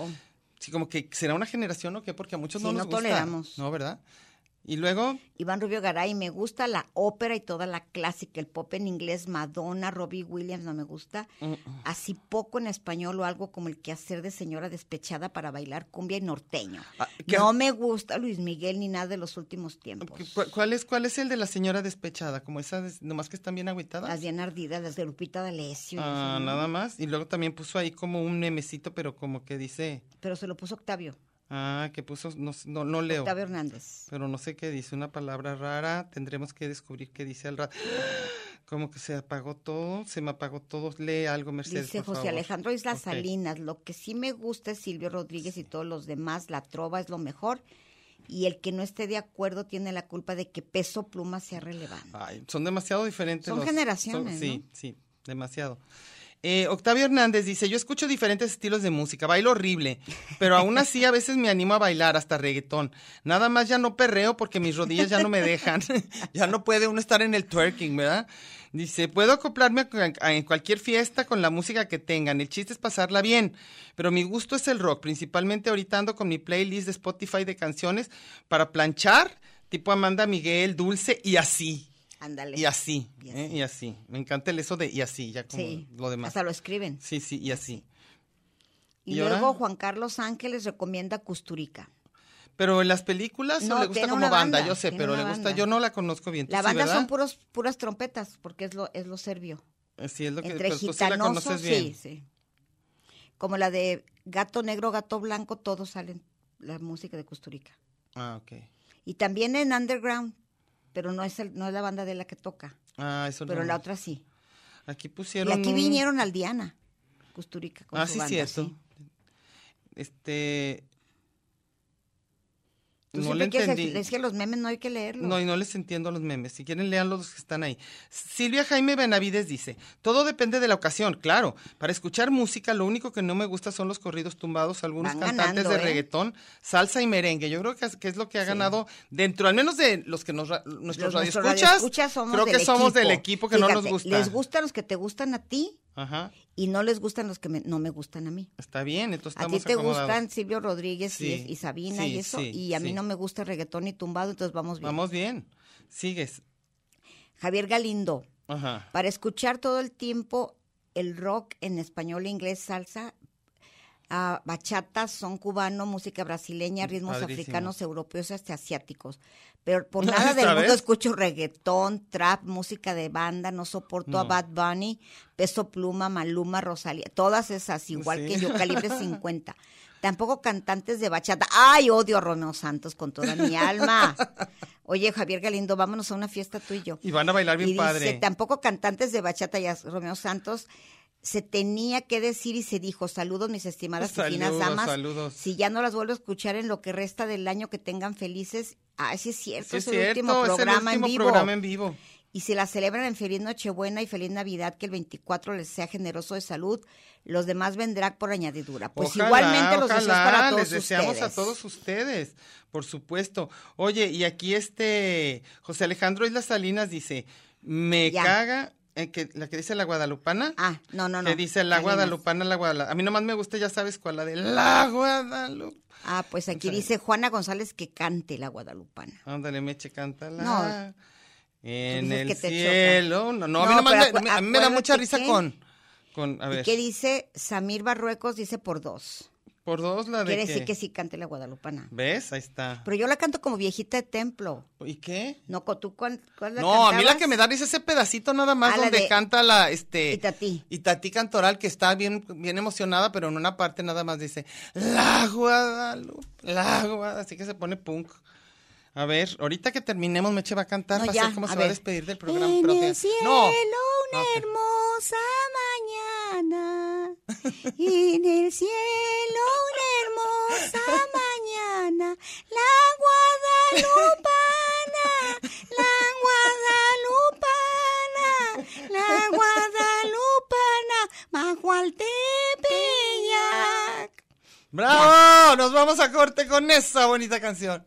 Speaker 3: Sí, como que será una generación o qué, porque a muchos
Speaker 5: Sí,
Speaker 3: no
Speaker 5: no
Speaker 3: nos gusta.
Speaker 5: toleramos.
Speaker 3: No, ¿verdad? Y luego...
Speaker 5: Iván Rubio Garay, me gusta la ópera y toda la clásica, el pop en inglés, Madonna, Robbie Williams, no me gusta. Así poco en español o algo como el quehacer de señora despechada para bailar cumbia y norteño.
Speaker 3: Ah, ¿qué-
Speaker 5: No me gusta Luis Miguel ni nada de los últimos tiempos.
Speaker 3: ¿Cu- cu- ¿Cuál es, ¿Cuál es el de la señora despechada? Como esas, nomás que están bien agüitadas.
Speaker 5: Las bien ardidas, las de Lupita D'Alessio.
Speaker 3: Ah,
Speaker 5: esas, ¿no?
Speaker 3: nada más. Y luego también puso ahí como un nemecito, pero como que dice.
Speaker 5: Pero se lo puso Octavio,
Speaker 3: Ah, que puso. No, sé- no, no leo.
Speaker 5: Octavio Hernández.
Speaker 3: Pero no sé qué dice. Una palabra rara. Tendremos que descubrir qué dice al rato. Como que se apagó todo. Se me apagó todo. Lee algo, Mercedes.
Speaker 5: Dice
Speaker 3: por
Speaker 5: José
Speaker 3: favor.
Speaker 5: Alejandro Islas
Speaker 3: Ok.
Speaker 5: Salinas, lo que sí me gusta es Silvio Rodríguez y todos los demás, la trova es lo mejor. Y el que no esté de acuerdo tiene la culpa de que peso pluma sea relevante.
Speaker 3: Ay, son demasiado diferentes.
Speaker 5: Son
Speaker 3: los-
Speaker 5: generaciones,
Speaker 3: sí,
Speaker 5: ¿no?
Speaker 3: sí, demasiado. Eh, Octavio Hernández dice, yo escucho diferentes estilos de música, bailo horrible, pero aún así a veces me animo a bailar hasta reggaetón. Nada más ya no perreo porque mis rodillas ya no me dejan. ya no puede uno estar en el twerking, ¿verdad? Dice, puedo acoplarme a, a- en cualquier fiesta con la música que tengan. El chiste es pasarla bien, pero mi gusto es el rock. Principalmente ahorita ando con mi playlist de Spotify de canciones para planchar, tipo Amanda Miguel, Dulce y así.
Speaker 5: Ándale.
Speaker 3: Y así,
Speaker 5: Y
Speaker 3: ¿eh?
Speaker 5: así.
Speaker 3: y así. Me encanta el eso de y así, ya como
Speaker 5: Sí,
Speaker 3: lo demás.
Speaker 5: hasta lo escriben.
Speaker 3: Sí, sí, y así.
Speaker 5: Y,
Speaker 3: ¿Y ahora?
Speaker 5: luego Juan Carlos Ángeles recomienda Custurica.
Speaker 3: Pero en las películas ¿o
Speaker 5: No,
Speaker 3: le gusta
Speaker 5: tiene
Speaker 3: como
Speaker 5: una
Speaker 3: banda,
Speaker 5: banda,
Speaker 3: yo sé,
Speaker 5: tiene
Speaker 3: pero
Speaker 5: una
Speaker 3: le gusta,
Speaker 5: banda.
Speaker 3: yo no la conozco bien. tú
Speaker 5: La
Speaker 3: sí,
Speaker 5: banda
Speaker 3: ¿verdad?
Speaker 5: son puros, puras trompetas, porque es lo, es lo serbio.
Speaker 3: Eh, Sí, es lo que,
Speaker 5: Entre
Speaker 3: pero tú sí la
Speaker 5: gitanosos,
Speaker 3: conoces
Speaker 5: sí,
Speaker 3: bien.
Speaker 5: sí. Como la de Gato Negro, Gato Blanco, todos salen la música de Custurica.
Speaker 3: Ah, ok.
Speaker 5: Y también en Underground, pero no es, el- no es la banda de la que toca,
Speaker 3: Ah, eso
Speaker 5: pero
Speaker 3: no.
Speaker 5: la otra sí.
Speaker 3: Aquí
Speaker 5: Y
Speaker 3: pusieron
Speaker 5: aquí
Speaker 3: un-
Speaker 5: vinieron al Diana, Custurica. Con
Speaker 3: Ah,
Speaker 5: su
Speaker 3: sí,
Speaker 5: banda,
Speaker 3: cierto.
Speaker 5: sí.
Speaker 3: Este...
Speaker 5: Tú
Speaker 3: no
Speaker 5: siempre
Speaker 3: le
Speaker 5: quieres
Speaker 3: entendí.
Speaker 5: decir- Es que los memes no hay que leerlos.
Speaker 3: No, y no les entiendo los memes. Si quieren, lean los que están ahí. Silvia Jaime Benavides dice, todo depende de la ocasión, claro. Para escuchar música, lo único que no me gusta son los corridos tumbados, algunos
Speaker 5: Van
Speaker 3: cantantes
Speaker 5: ganando,
Speaker 3: de
Speaker 5: ¿eh?
Speaker 3: reggaetón, salsa y merengue. Yo creo que, es- que es lo que ha ganado dentro, al menos de los que nos, ra- nuestros
Speaker 5: nuestros
Speaker 3: radioescuchas.
Speaker 5: radioescuchas somos
Speaker 3: creo que
Speaker 5: del
Speaker 3: somos del equipo que no nos
Speaker 5: Fíjate,
Speaker 3: gusta.
Speaker 5: Les gustan los que te gustan a ti
Speaker 3: Ajá,
Speaker 5: y no les gustan los que me- no me gustan a mí.
Speaker 3: está bien, entonces
Speaker 5: A ti
Speaker 3: estamos
Speaker 5: te
Speaker 3: acomodados.
Speaker 5: gustan Silvio Rodríguez y
Speaker 3: Sí,
Speaker 5: es- y, Sabina
Speaker 3: sí,
Speaker 5: y eso,
Speaker 3: sí,
Speaker 5: y a mí
Speaker 3: sí.
Speaker 5: no me gusta el reggaetón y tumbado, entonces vamos bien.
Speaker 3: Vamos bien, sigues.
Speaker 5: Javier Galindo,
Speaker 3: Ajá.
Speaker 5: para escuchar todo el tiempo el rock en español, e inglés, salsa, ah, bachata, son cubano, música brasileña, ritmos
Speaker 3: Mm, Padrísimo.
Speaker 5: africanos, europeos, hasta asiáticos. Pero por nada del
Speaker 3: ¿Sabes?
Speaker 5: mundo escucho reggaetón, trap, música de banda, no soporto a
Speaker 3: No.
Speaker 5: Bad Bunny, Peso Pluma, Maluma, Rosalía, todas esas, igual
Speaker 3: Pues Sí.
Speaker 5: que yo, calibre 50. Tampoco cantantes de bachata. ¡Ay, odio a Romeo Santos con toda mi alma! Oye, Javier Galindo, vámonos a una fiesta tú y yo.
Speaker 3: Y van a bailar bien
Speaker 5: Y dice,
Speaker 3: padre.
Speaker 5: tampoco cantantes de bachata y as- Romeo Santos se tenía que decir y se dijo, saludos mis estimadas y finas
Speaker 3: Saludos,
Speaker 5: damas.
Speaker 3: saludos.
Speaker 5: Si ya no las vuelvo a escuchar en lo que resta del año, que tengan felices. Ah, sí es cierto,
Speaker 3: Sí,
Speaker 5: es, el último
Speaker 3: cierto, es el
Speaker 5: programa
Speaker 3: último
Speaker 5: en vivo.
Speaker 3: programa en vivo.
Speaker 5: Y se la celebran en Feliz Nochebuena y Feliz Navidad, que el 24 les sea generoso de salud. Los demás vendrán por añadidura. Pues
Speaker 3: Ojalá,
Speaker 5: igualmente los deseos
Speaker 3: ojalá,
Speaker 5: para todos
Speaker 3: les deseamos
Speaker 5: ustedes.
Speaker 3: a todos ustedes, por supuesto. Oye, y aquí este José Alejandro Islas Salinas dice, me
Speaker 5: Ya.
Speaker 3: caga, eh, que, la que dice la guadalupana.
Speaker 5: Ah, no, no, no.
Speaker 3: Que dice la
Speaker 5: Salinas.
Speaker 3: guadalupana, la guadalupana. A mí nomás me gusta, ya sabes cuál, la de la guadalupana.
Speaker 5: Ah, pues aquí
Speaker 3: Ándale.
Speaker 5: dice Juana González que cante la guadalupana.
Speaker 3: Ándale, Meche, cántala.
Speaker 5: No.
Speaker 3: En
Speaker 5: dices
Speaker 3: el
Speaker 5: que te choca.
Speaker 3: cielo. No, no, a mí
Speaker 5: No,
Speaker 3: nomás
Speaker 5: pero
Speaker 3: me, a mí me da
Speaker 5: acu-
Speaker 3: mucha risa
Speaker 5: acuérdate que-
Speaker 3: con, con, a
Speaker 5: ¿Y
Speaker 3: ver.
Speaker 5: qué dice Samir Barruecos? Dice por dos.
Speaker 3: Por dos la de
Speaker 5: Quiere
Speaker 3: que-
Speaker 5: decir que sí cante la guadalupana.
Speaker 3: ¿Ves? Ahí está.
Speaker 5: Pero yo la canto como viejita de templo.
Speaker 3: ¿Y qué?
Speaker 5: No, co- ¿tú cuál, cuál la
Speaker 3: No, a mí la
Speaker 5: cantabas?
Speaker 3: que me da risa es ese pedacito nada más
Speaker 5: Ah, la
Speaker 3: donde
Speaker 5: de
Speaker 3: canta la este
Speaker 5: Itatí.
Speaker 3: Itatí Cantoral que está bien bien emocionada, pero en una parte nada más dice La Guadalupe, la Guadalupe, así que se pone punk. A ver, ahorita que terminemos Meche va a cantar,
Speaker 5: No,
Speaker 3: va a
Speaker 5: ya,
Speaker 3: ser como
Speaker 5: a
Speaker 3: se va a
Speaker 5: ver.
Speaker 3: despedir del programa.
Speaker 5: En
Speaker 3: pero
Speaker 5: el
Speaker 3: que-
Speaker 5: cielo
Speaker 3: no.
Speaker 5: una
Speaker 3: Ah, ok.
Speaker 5: hermosa mañana. en el cielo una hermosa mañana. La guadalupana, la guadalupana, la guadalupana, bajo al tepeyac.
Speaker 3: ¡Bravo! Nos vamos a corte con esa bonita canción.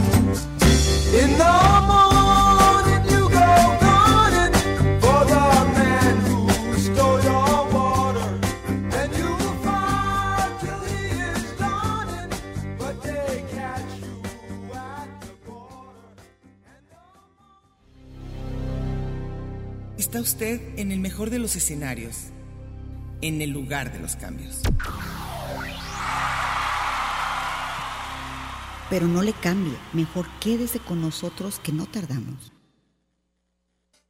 Speaker 4: In the morning you go gunning for the man who stole your water, and you fight till he is dawning, but they catch you at the border.
Speaker 7: Está usted en el mejor de los escenarios, en el lugar de los cambios.
Speaker 2: Pero no le cambie, mejor quédese con nosotros que no tardamos.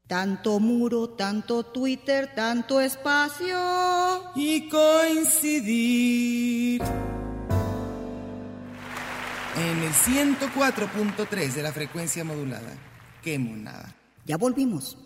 Speaker 2: Tanto muro, tanto Twitter, tanto espacio.
Speaker 7: Y coincidir. En el 104.3 de la frecuencia modulada. Qué monada.
Speaker 2: Ya volvimos.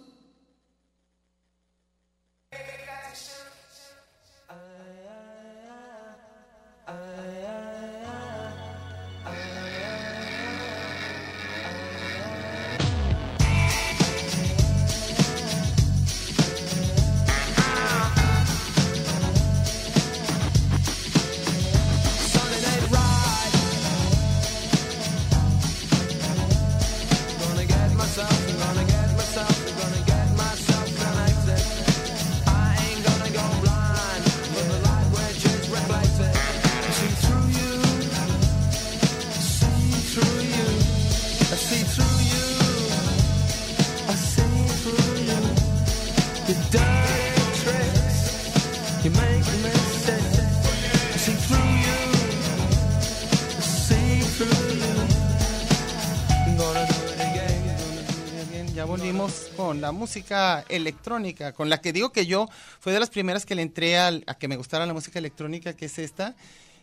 Speaker 3: Ya volvimos con la música electrónica, con la que digo que yo fue de las primeras que le entré al- a que me gustara la música electrónica, que es esta,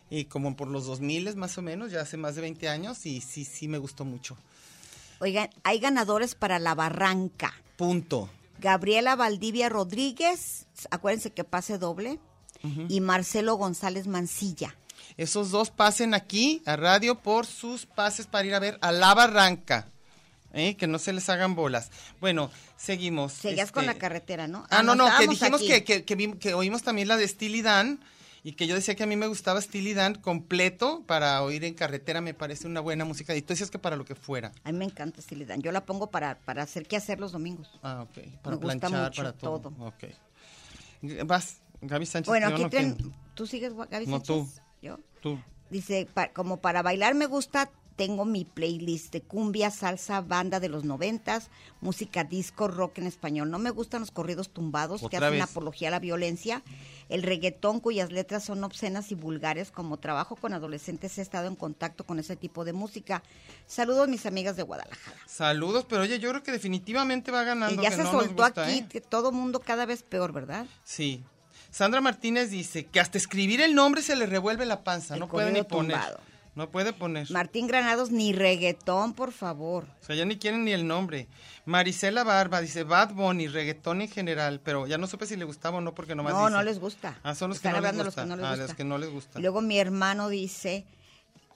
Speaker 3: y como por los 2000 más o menos, ya hace más de 20 años, y sí, sí me gustó mucho.
Speaker 5: Oigan, hay ganadores para la barranca.
Speaker 3: Punto.
Speaker 5: Gabriela Valdivia Rodríguez, acuérdense que pase doble, y Marcelo González Mancilla.
Speaker 3: Esos dos pasen aquí a radio por sus pases para ir a ver a La Barranca. ¿eh? Que no se les hagan bolas. Bueno, seguimos.
Speaker 5: Seguías
Speaker 3: este-
Speaker 5: con la carretera, ¿no?
Speaker 3: Ah, no, no, que
Speaker 5: estábamos
Speaker 3: dijimos
Speaker 5: aquí.
Speaker 3: que, que, que vi- que oímos también la de Steely Dan y que yo decía que a mí me gustaba Steely Dan completo para oír en carretera, me parece una buena música. Y tú decías que para lo que fuera.
Speaker 5: A mí me encanta Steely Dan. Yo la pongo para, para hacer qué hacer los domingos.
Speaker 3: Ah, ok. Para
Speaker 5: Me gusta
Speaker 3: planchar,
Speaker 5: mucho
Speaker 3: para todo.
Speaker 5: todo.
Speaker 3: Ok. Vas, Gaby Sánchez.
Speaker 5: Bueno,
Speaker 3: creo,
Speaker 5: aquí
Speaker 3: ¿no?
Speaker 5: traen-
Speaker 3: ¿Quién?
Speaker 5: ¿Tú sigues, Gaby
Speaker 3: No,
Speaker 5: Sánchez?
Speaker 3: tú.
Speaker 5: Yo.
Speaker 3: Tú.
Speaker 5: Dice, pa- como para bailar me gusta tengo mi playlist de cumbia, salsa, banda de los noventas, música disco, rock en español. No me gustan los corridos tumbados que
Speaker 3: Otra
Speaker 5: hacen
Speaker 3: vez.
Speaker 5: apología a la violencia, el reggaetón cuyas letras son obscenas y vulgares. Como trabajo con adolescentes he estado en contacto con ese tipo de música. Saludos mis amigas de Guadalajara.
Speaker 3: Saludos, pero oye, yo creo que definitivamente va ganando.
Speaker 5: y ya
Speaker 3: que
Speaker 5: se
Speaker 3: Ah, no nos
Speaker 5: soltó
Speaker 3: gusta,
Speaker 5: aquí,
Speaker 3: ¿eh?
Speaker 5: que todo mundo cada vez peor, ¿verdad?
Speaker 3: Sí. Sandra Martínez dice que hasta escribir el nombre se le revuelve la panza.
Speaker 5: El
Speaker 3: no puede ni
Speaker 5: corrido
Speaker 3: poner.
Speaker 5: tumbado.
Speaker 3: No puede poner.
Speaker 5: Martín Granados, ni reggaetón, por favor.
Speaker 3: o sea, ya ni quieren ni el nombre. Marisela Barba dice Bad Bunny, reggaetón en general, pero ya no supe si le gustaba o no porque nomás
Speaker 5: No,
Speaker 3: dice.
Speaker 5: no les gusta.
Speaker 3: Ah, son los que
Speaker 5: Están
Speaker 3: no les
Speaker 5: hablando de los
Speaker 3: gusta.
Speaker 5: que no les
Speaker 3: Ah,
Speaker 5: gusta.
Speaker 3: los que no les gusta.
Speaker 5: Y luego mi hermano dice,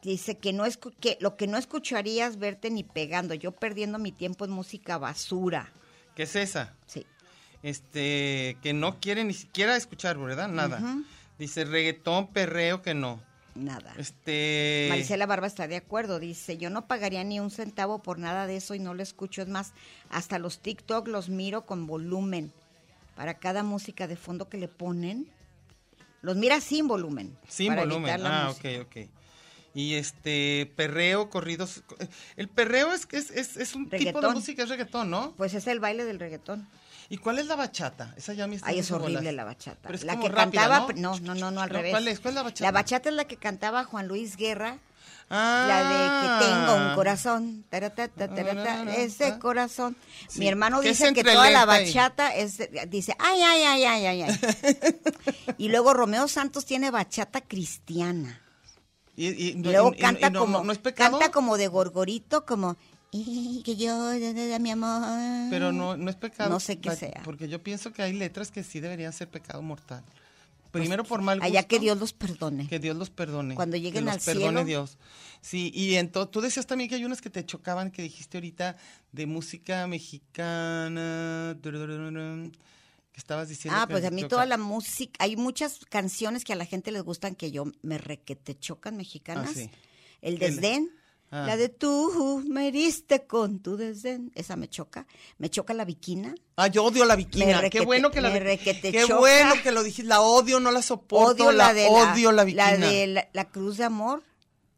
Speaker 5: dice que no escu- que lo que no escucharías verte ni pegando, yo perdiendo mi tiempo en música basura.
Speaker 3: ¿Qué es esa?
Speaker 5: Sí.
Speaker 3: Este, que no quiere ni siquiera escuchar, ¿verdad? Nada. Dice reggaetón, perreo, que no.
Speaker 5: Nada.
Speaker 3: Este.
Speaker 5: Maricela Barba está de acuerdo, dice, yo no pagaría ni un centavo por nada de eso y no lo escucho, es más, hasta los TikTok los miro con volumen. Para cada música de fondo que le ponen, los mira sin volumen.
Speaker 3: Sin
Speaker 5: para evitar
Speaker 3: volumen.
Speaker 5: la
Speaker 3: Ah,
Speaker 5: música.
Speaker 3: ok, ok. Y este, perreo, corridos. El perreo es que es, es, es un tipo de
Speaker 5: Reggaetón.
Speaker 3: música, es reggaetón, ¿no?
Speaker 5: Pues es el baile del reggaetón.
Speaker 3: ¿Y cuál es la bachata? Esa ya me está
Speaker 5: Ay, es
Speaker 3: haciendo
Speaker 5: horrible
Speaker 3: bolas.
Speaker 5: la bachata.
Speaker 3: Pero es
Speaker 5: La
Speaker 3: como
Speaker 5: que
Speaker 3: rápida,
Speaker 5: cantaba, pr- no, no, no, no, al revés.
Speaker 3: ¿Cuál es? ¿Cuál es la bachata?
Speaker 5: La bachata es la que cantaba Juan Luis Guerra, la
Speaker 3: Ah. ah.
Speaker 5: de que tengo un corazón, tarata, tarata, ese corazón.
Speaker 3: Sí,
Speaker 5: Mi hermano
Speaker 3: que
Speaker 5: dice
Speaker 3: es
Speaker 5: que toda la
Speaker 3: entrelenta y-
Speaker 5: bachata es, dice, ay, ay, ay, ay, ay, ay. y luego Romeo Santos tiene bachata cristiana.
Speaker 3: Y, y-
Speaker 5: Y
Speaker 3: no-
Speaker 5: luego
Speaker 3: y- y-
Speaker 5: canta
Speaker 3: y no-
Speaker 5: como,
Speaker 3: No, es pecado.
Speaker 5: canta como de gorgorito, como, "Y que yo, da, da, da, mi amor.
Speaker 3: Pero no, no es pecado.
Speaker 5: No sé qué
Speaker 3: Ba-
Speaker 5: sea.
Speaker 3: Porque yo pienso que hay letras que sí deberían ser pecado mortal. Primero por mal gusto.
Speaker 5: Pues Allá que Dios los perdone.
Speaker 3: Que Dios los perdone.
Speaker 5: Cuando lleguen
Speaker 3: que los
Speaker 5: al cielo.
Speaker 3: perdone Dios. Sí, y entonces tú decías también que hay unas que te chocaban, que dijiste ahorita, de música mexicana. tururururun, Que estabas diciendo.
Speaker 5: Ah,
Speaker 3: que
Speaker 5: pues
Speaker 3: me
Speaker 5: a mí
Speaker 3: choca.
Speaker 5: toda la música, hay muchas canciones que a la gente les gustan que yo me requete chocan mexicanas.
Speaker 3: Ah, sí.
Speaker 5: El
Speaker 3: ¿Qué le-
Speaker 5: desdén,
Speaker 3: Ah.
Speaker 5: la de tú me heriste con tu desdén, esa me choca. Me choca la viquina.
Speaker 3: Ah, yo odio la
Speaker 5: Me
Speaker 3: viquina.
Speaker 5: requete-
Speaker 3: qué bueno que la
Speaker 5: me requete
Speaker 3: Qué
Speaker 5: choca.
Speaker 3: bueno que lo dijiste. La odio, no la soporto.
Speaker 5: odio la,
Speaker 3: la,
Speaker 5: de
Speaker 3: odio la,
Speaker 5: la,
Speaker 3: viquina.
Speaker 5: de la, la cruz de amor.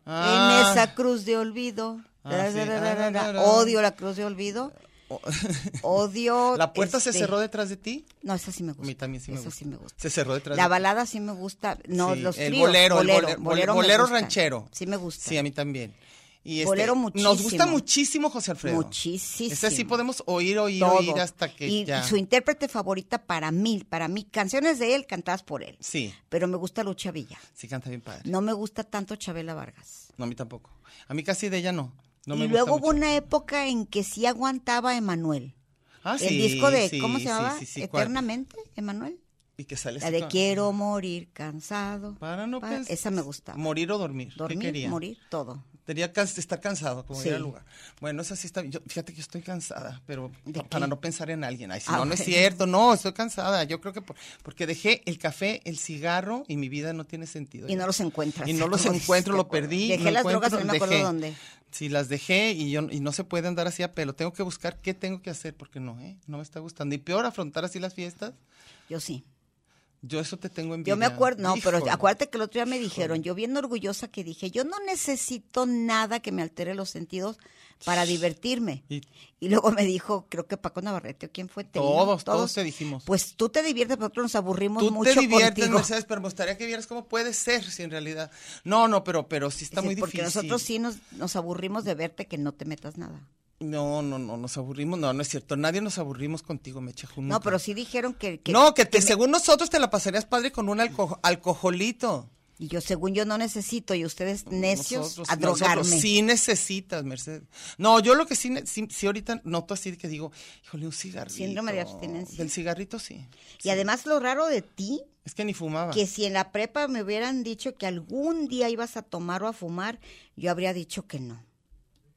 Speaker 3: Ah.
Speaker 5: En esa cruz de olvido.
Speaker 3: Ah,
Speaker 5: Da,
Speaker 3: sí.
Speaker 5: da, da, da, da, da.
Speaker 3: Ah, da, da.
Speaker 5: Odio la cruz de olvido. Odio.
Speaker 3: ¿La puerta se
Speaker 5: este,
Speaker 3: cerró detrás de ti?
Speaker 5: No, esa sí me gusta.
Speaker 3: A mí también sí me
Speaker 5: Esa
Speaker 3: gusta.
Speaker 5: sí me gusta.
Speaker 3: Se cerró detrás
Speaker 5: La
Speaker 3: de ti.
Speaker 5: balada sí me gusta. No,
Speaker 3: Sí,
Speaker 5: los
Speaker 3: el
Speaker 5: tríos,
Speaker 3: bolero, el
Speaker 5: bolero,
Speaker 3: bolero,
Speaker 5: bolero, me
Speaker 3: bolero
Speaker 5: gusta.
Speaker 3: ranchero.
Speaker 5: Sí me gusta.
Speaker 3: Sí, a mí también. Y este,
Speaker 5: Bolero
Speaker 3: Nos
Speaker 5: muchísimo.
Speaker 3: gusta muchísimo José Alfredo.
Speaker 5: Muchísimo.
Speaker 3: Ese sí podemos oír, oír,
Speaker 5: Todo.
Speaker 3: oír hasta que
Speaker 5: y
Speaker 3: ya.
Speaker 5: su intérprete favorita para mí, para mí, canciones de él cantadas por él.
Speaker 3: Sí,
Speaker 5: Pero me gusta Lucha Villa.
Speaker 3: sí canta bien padre.
Speaker 5: No me gusta tanto Chabela Vargas.
Speaker 3: No, a mí tampoco. A mí casi de ella no. No
Speaker 5: y
Speaker 3: me gusta
Speaker 5: luego hubo
Speaker 3: mucho.
Speaker 5: una época en que sí aguantaba a Emanuel.
Speaker 3: Ah,
Speaker 5: el
Speaker 3: sí,
Speaker 5: disco de,
Speaker 3: sí,
Speaker 5: ¿cómo se
Speaker 3: sí,
Speaker 5: llamaba?
Speaker 3: sí, sí, ¿cuál?
Speaker 5: Eternamente, Emanuel.
Speaker 3: Y que sale
Speaker 5: La
Speaker 3: así
Speaker 5: de
Speaker 3: con-
Speaker 5: Quiero morir cansado.
Speaker 3: Para no
Speaker 5: Pa-
Speaker 3: pensar.
Speaker 5: Esa me gustaba.
Speaker 3: Morir o dormir. ¿Qué
Speaker 5: Dormir,
Speaker 3: quería?
Speaker 5: morir, todo.
Speaker 3: Tenía que estar cansado, como
Speaker 5: Sí.
Speaker 3: era el lugar. Bueno, esa sí está. Yo, fíjate que yo estoy cansada, pero
Speaker 5: ¿De
Speaker 3: pa- para
Speaker 5: qué?
Speaker 3: no pensar en alguien. Ay, si
Speaker 5: Ah,
Speaker 3: no, no es
Speaker 5: bueno.
Speaker 3: cierto, no, estoy cansada. Yo creo que por- porque dejé el café, el cigarro y mi vida no tiene sentido.
Speaker 5: Y
Speaker 3: ya.
Speaker 5: no los encuentras.
Speaker 3: Y no los
Speaker 5: Como dices,
Speaker 3: encuentro,
Speaker 5: ¿te
Speaker 3: lo
Speaker 5: acuerdas?
Speaker 3: perdí.
Speaker 5: Dejé
Speaker 3: no
Speaker 5: las drogas,
Speaker 3: encuentro,
Speaker 5: no me acuerdo
Speaker 3: dejé.
Speaker 5: dónde.
Speaker 3: Sí, las dejé y, yo, y no se puede andar así a pelo. Tengo que buscar qué tengo que hacer porque no, ¿eh? No me está gustando. Y peor, afrontar así las fiestas.
Speaker 5: Yo sí.
Speaker 3: Yo eso te tengo envidia.
Speaker 5: Yo me acuerdo, no, pero
Speaker 3: Híjole.
Speaker 5: acuérdate que el otro día me dijeron, yo bien orgullosa que dije, yo no necesito nada que me altere los sentidos para divertirme.
Speaker 3: Y-
Speaker 5: Y, luego me dijo, creo que Paco Navarrete, ¿o ¿quién fue? ¿Te vino?
Speaker 3: Todos, todos te dijimos.
Speaker 5: Pues tú te diviertes, pero nosotros nos aburrimos
Speaker 3: Tú
Speaker 5: mucho
Speaker 3: te diviertes,
Speaker 5: contigo.
Speaker 3: Mercedes, pero me gustaría que vieras cómo puede ser si en realidad. No, no, pero, pero sí está
Speaker 5: Dice,
Speaker 3: muy
Speaker 5: Porque
Speaker 3: difícil.
Speaker 5: nosotros sí nos, nos aburrimos de verte que no te metas nada.
Speaker 3: No, no, no, nos aburrimos. No, no es cierto. Nadie nos aburrimos contigo, Mecha Junta.
Speaker 5: No, pero sí dijeron que... que-
Speaker 3: No, que te, según nosotros te la pasarías padre con un alco- alcoholito.
Speaker 5: Y yo, según yo, no necesito, y ustedes necios
Speaker 3: Nosotros-
Speaker 5: a drogarme.
Speaker 3: Nosotros sí necesitas, Mercedes. No, yo lo que sí, ne- sí, sí ahorita noto así que digo, híjole, un cigarrito.
Speaker 5: Síndrome de abstinencia.
Speaker 3: Del cigarrito sí. Ah.
Speaker 5: Y además lo raro de ti,
Speaker 3: Es que ni fumaba.
Speaker 5: que si en la prepa me hubieran dicho que algún día ibas a tomar o a fumar, yo habría dicho que no.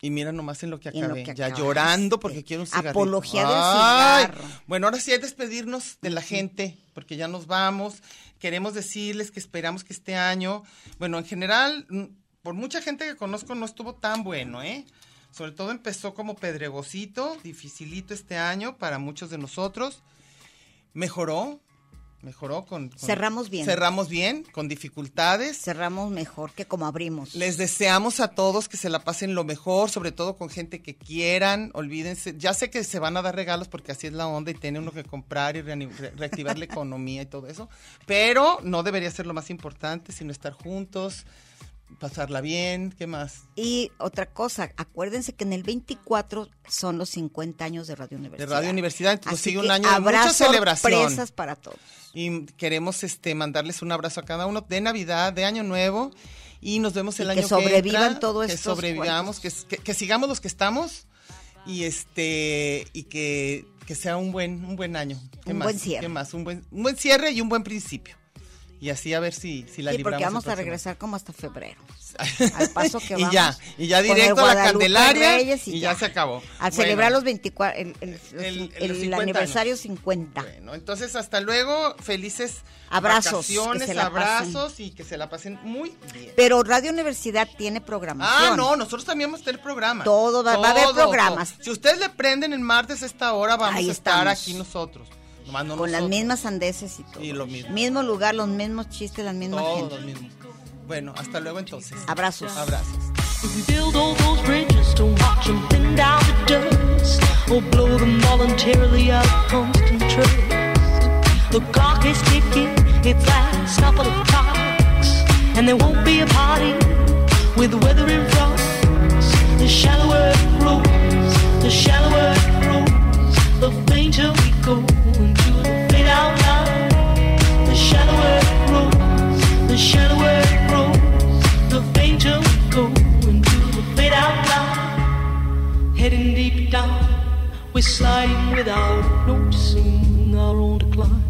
Speaker 3: Y mira nomás en lo que
Speaker 5: Y en lo
Speaker 3: acabé,
Speaker 5: que
Speaker 3: ya
Speaker 5: acabaste.
Speaker 3: llorando porque quiero un cigarrito.
Speaker 5: Apología del
Speaker 3: Ay,
Speaker 5: cigarro.
Speaker 3: Bueno, ahora sí hay despedirnos de la gente, porque ya nos vamos. Queremos decirles que esperamos que este año, bueno, en general, mm, por mucha gente que conozco no estuvo tan bueno, ¿eh? Sobre todo empezó como pedregocito, dificilito este año para muchos de nosotros. Mejoró, Mejoró con, con-
Speaker 5: Cerramos bien.
Speaker 3: Cerramos bien, con dificultades.
Speaker 5: Cerramos mejor que como abrimos.
Speaker 3: Les deseamos a todos que se la pasen lo mejor, sobre todo con gente que quieran. Olvídense, ya sé que se van a dar regalos porque así es la onda y tiene uno que comprar y reani- re- reactivar la economía y todo eso, pero no debería ser lo más importante, sino estar juntos, pasarla bien, ¿qué más?
Speaker 5: Y otra cosa, acuérdense que en el 24 son los 50 años de Radio
Speaker 3: De
Speaker 5: Universidad.
Speaker 3: Radio Universidad, entonces
Speaker 5: Pues Así
Speaker 3: sigue un
Speaker 5: que
Speaker 3: año de
Speaker 5: habrá
Speaker 3: mucha celebración.
Speaker 5: sorpresas para todos.
Speaker 3: Y queremos este mandarles un abrazo a cada uno de Navidad, de Año Nuevo y nos vemos el
Speaker 5: Y que
Speaker 3: año
Speaker 5: sobrevivan
Speaker 3: que entra,
Speaker 5: todos
Speaker 3: que
Speaker 5: estos
Speaker 3: sobrevivamos, que, que- que sigamos los que estamos y este y que, que sea un buen un buen año. ¿Qué
Speaker 5: Un
Speaker 3: más?
Speaker 5: buen cierre.
Speaker 3: ¿Qué más? Un buen un buen cierre y un buen principio. Y así a ver si si la
Speaker 5: Sí,
Speaker 3: libramos
Speaker 5: porque
Speaker 3: el
Speaker 5: vamos a
Speaker 3: próximo.
Speaker 5: regresar como hasta febrero. Al paso que
Speaker 3: Y
Speaker 5: vamos.
Speaker 3: ya, y ya
Speaker 5: con el
Speaker 3: directo a la
Speaker 5: Guadalupe
Speaker 3: Candelaria,
Speaker 5: Reyes
Speaker 3: y ya se acabó. Bueno.
Speaker 5: Al celebrar los 24, el, el- los-
Speaker 3: El- los
Speaker 5: el
Speaker 3: 50
Speaker 5: aniversario 50.
Speaker 3: Bueno, entonces hasta luego, felices
Speaker 5: Abrazos, que
Speaker 3: vacaciones,
Speaker 5: se la
Speaker 3: abrazos y que se la pasen muy bien.
Speaker 5: Pero Radio Universidad tiene programación.
Speaker 3: Ah, no, nosotros también vamos a tener programa.
Speaker 5: Todo, va- va a haber
Speaker 3: Todo,
Speaker 5: programas.
Speaker 3: todo. Si ustedes le prenden el martes a esta hora, vamos
Speaker 5: Ahí
Speaker 3: a estar
Speaker 5: estamos.
Speaker 3: aquí nosotros. Nomás no
Speaker 5: Con las
Speaker 3: nosotros.
Speaker 5: mismas andeces y todo.
Speaker 3: Y lo mismo.
Speaker 5: Mismo lugar, los mismos chistes, la misma
Speaker 3: Todo
Speaker 5: gente.
Speaker 3: lo mismo. Bueno, hasta luego entonces.
Speaker 5: Abrazos.
Speaker 3: Abrazos.
Speaker 8: We build all those bridges to watch them thin down to dust or blow them voluntarily out of constant trust. The clock is ticking, it's last couple of clocks, and there won't be a party with weather in front. The shallower it grows, the shallower it grows, the fainter we go into the fade out line. The shallower it grows, the shallower it grows, the fainter we go into the fade out line. Heading deep down, we're sliding without noticing our own decline.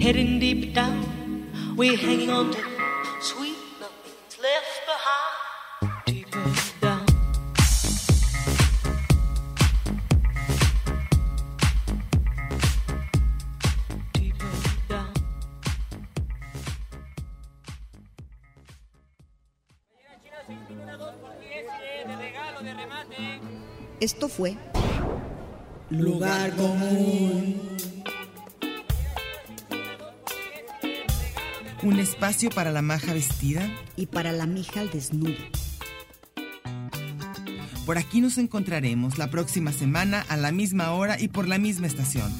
Speaker 8: Heading deep down, we're hanging on to sweet nothing's left behind. Deeper down. Deeper down.
Speaker 2: Esto fue
Speaker 7: Lugar común. Un espacio para la maja vestida.
Speaker 2: Y para la mija al desnudo.
Speaker 7: Por aquí nos encontraremos la próxima semana a la misma hora y por la misma estación.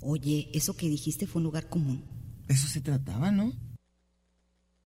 Speaker 2: Oye, eso que dijiste fue un lugar común.
Speaker 7: De eso se trataba, ¿no?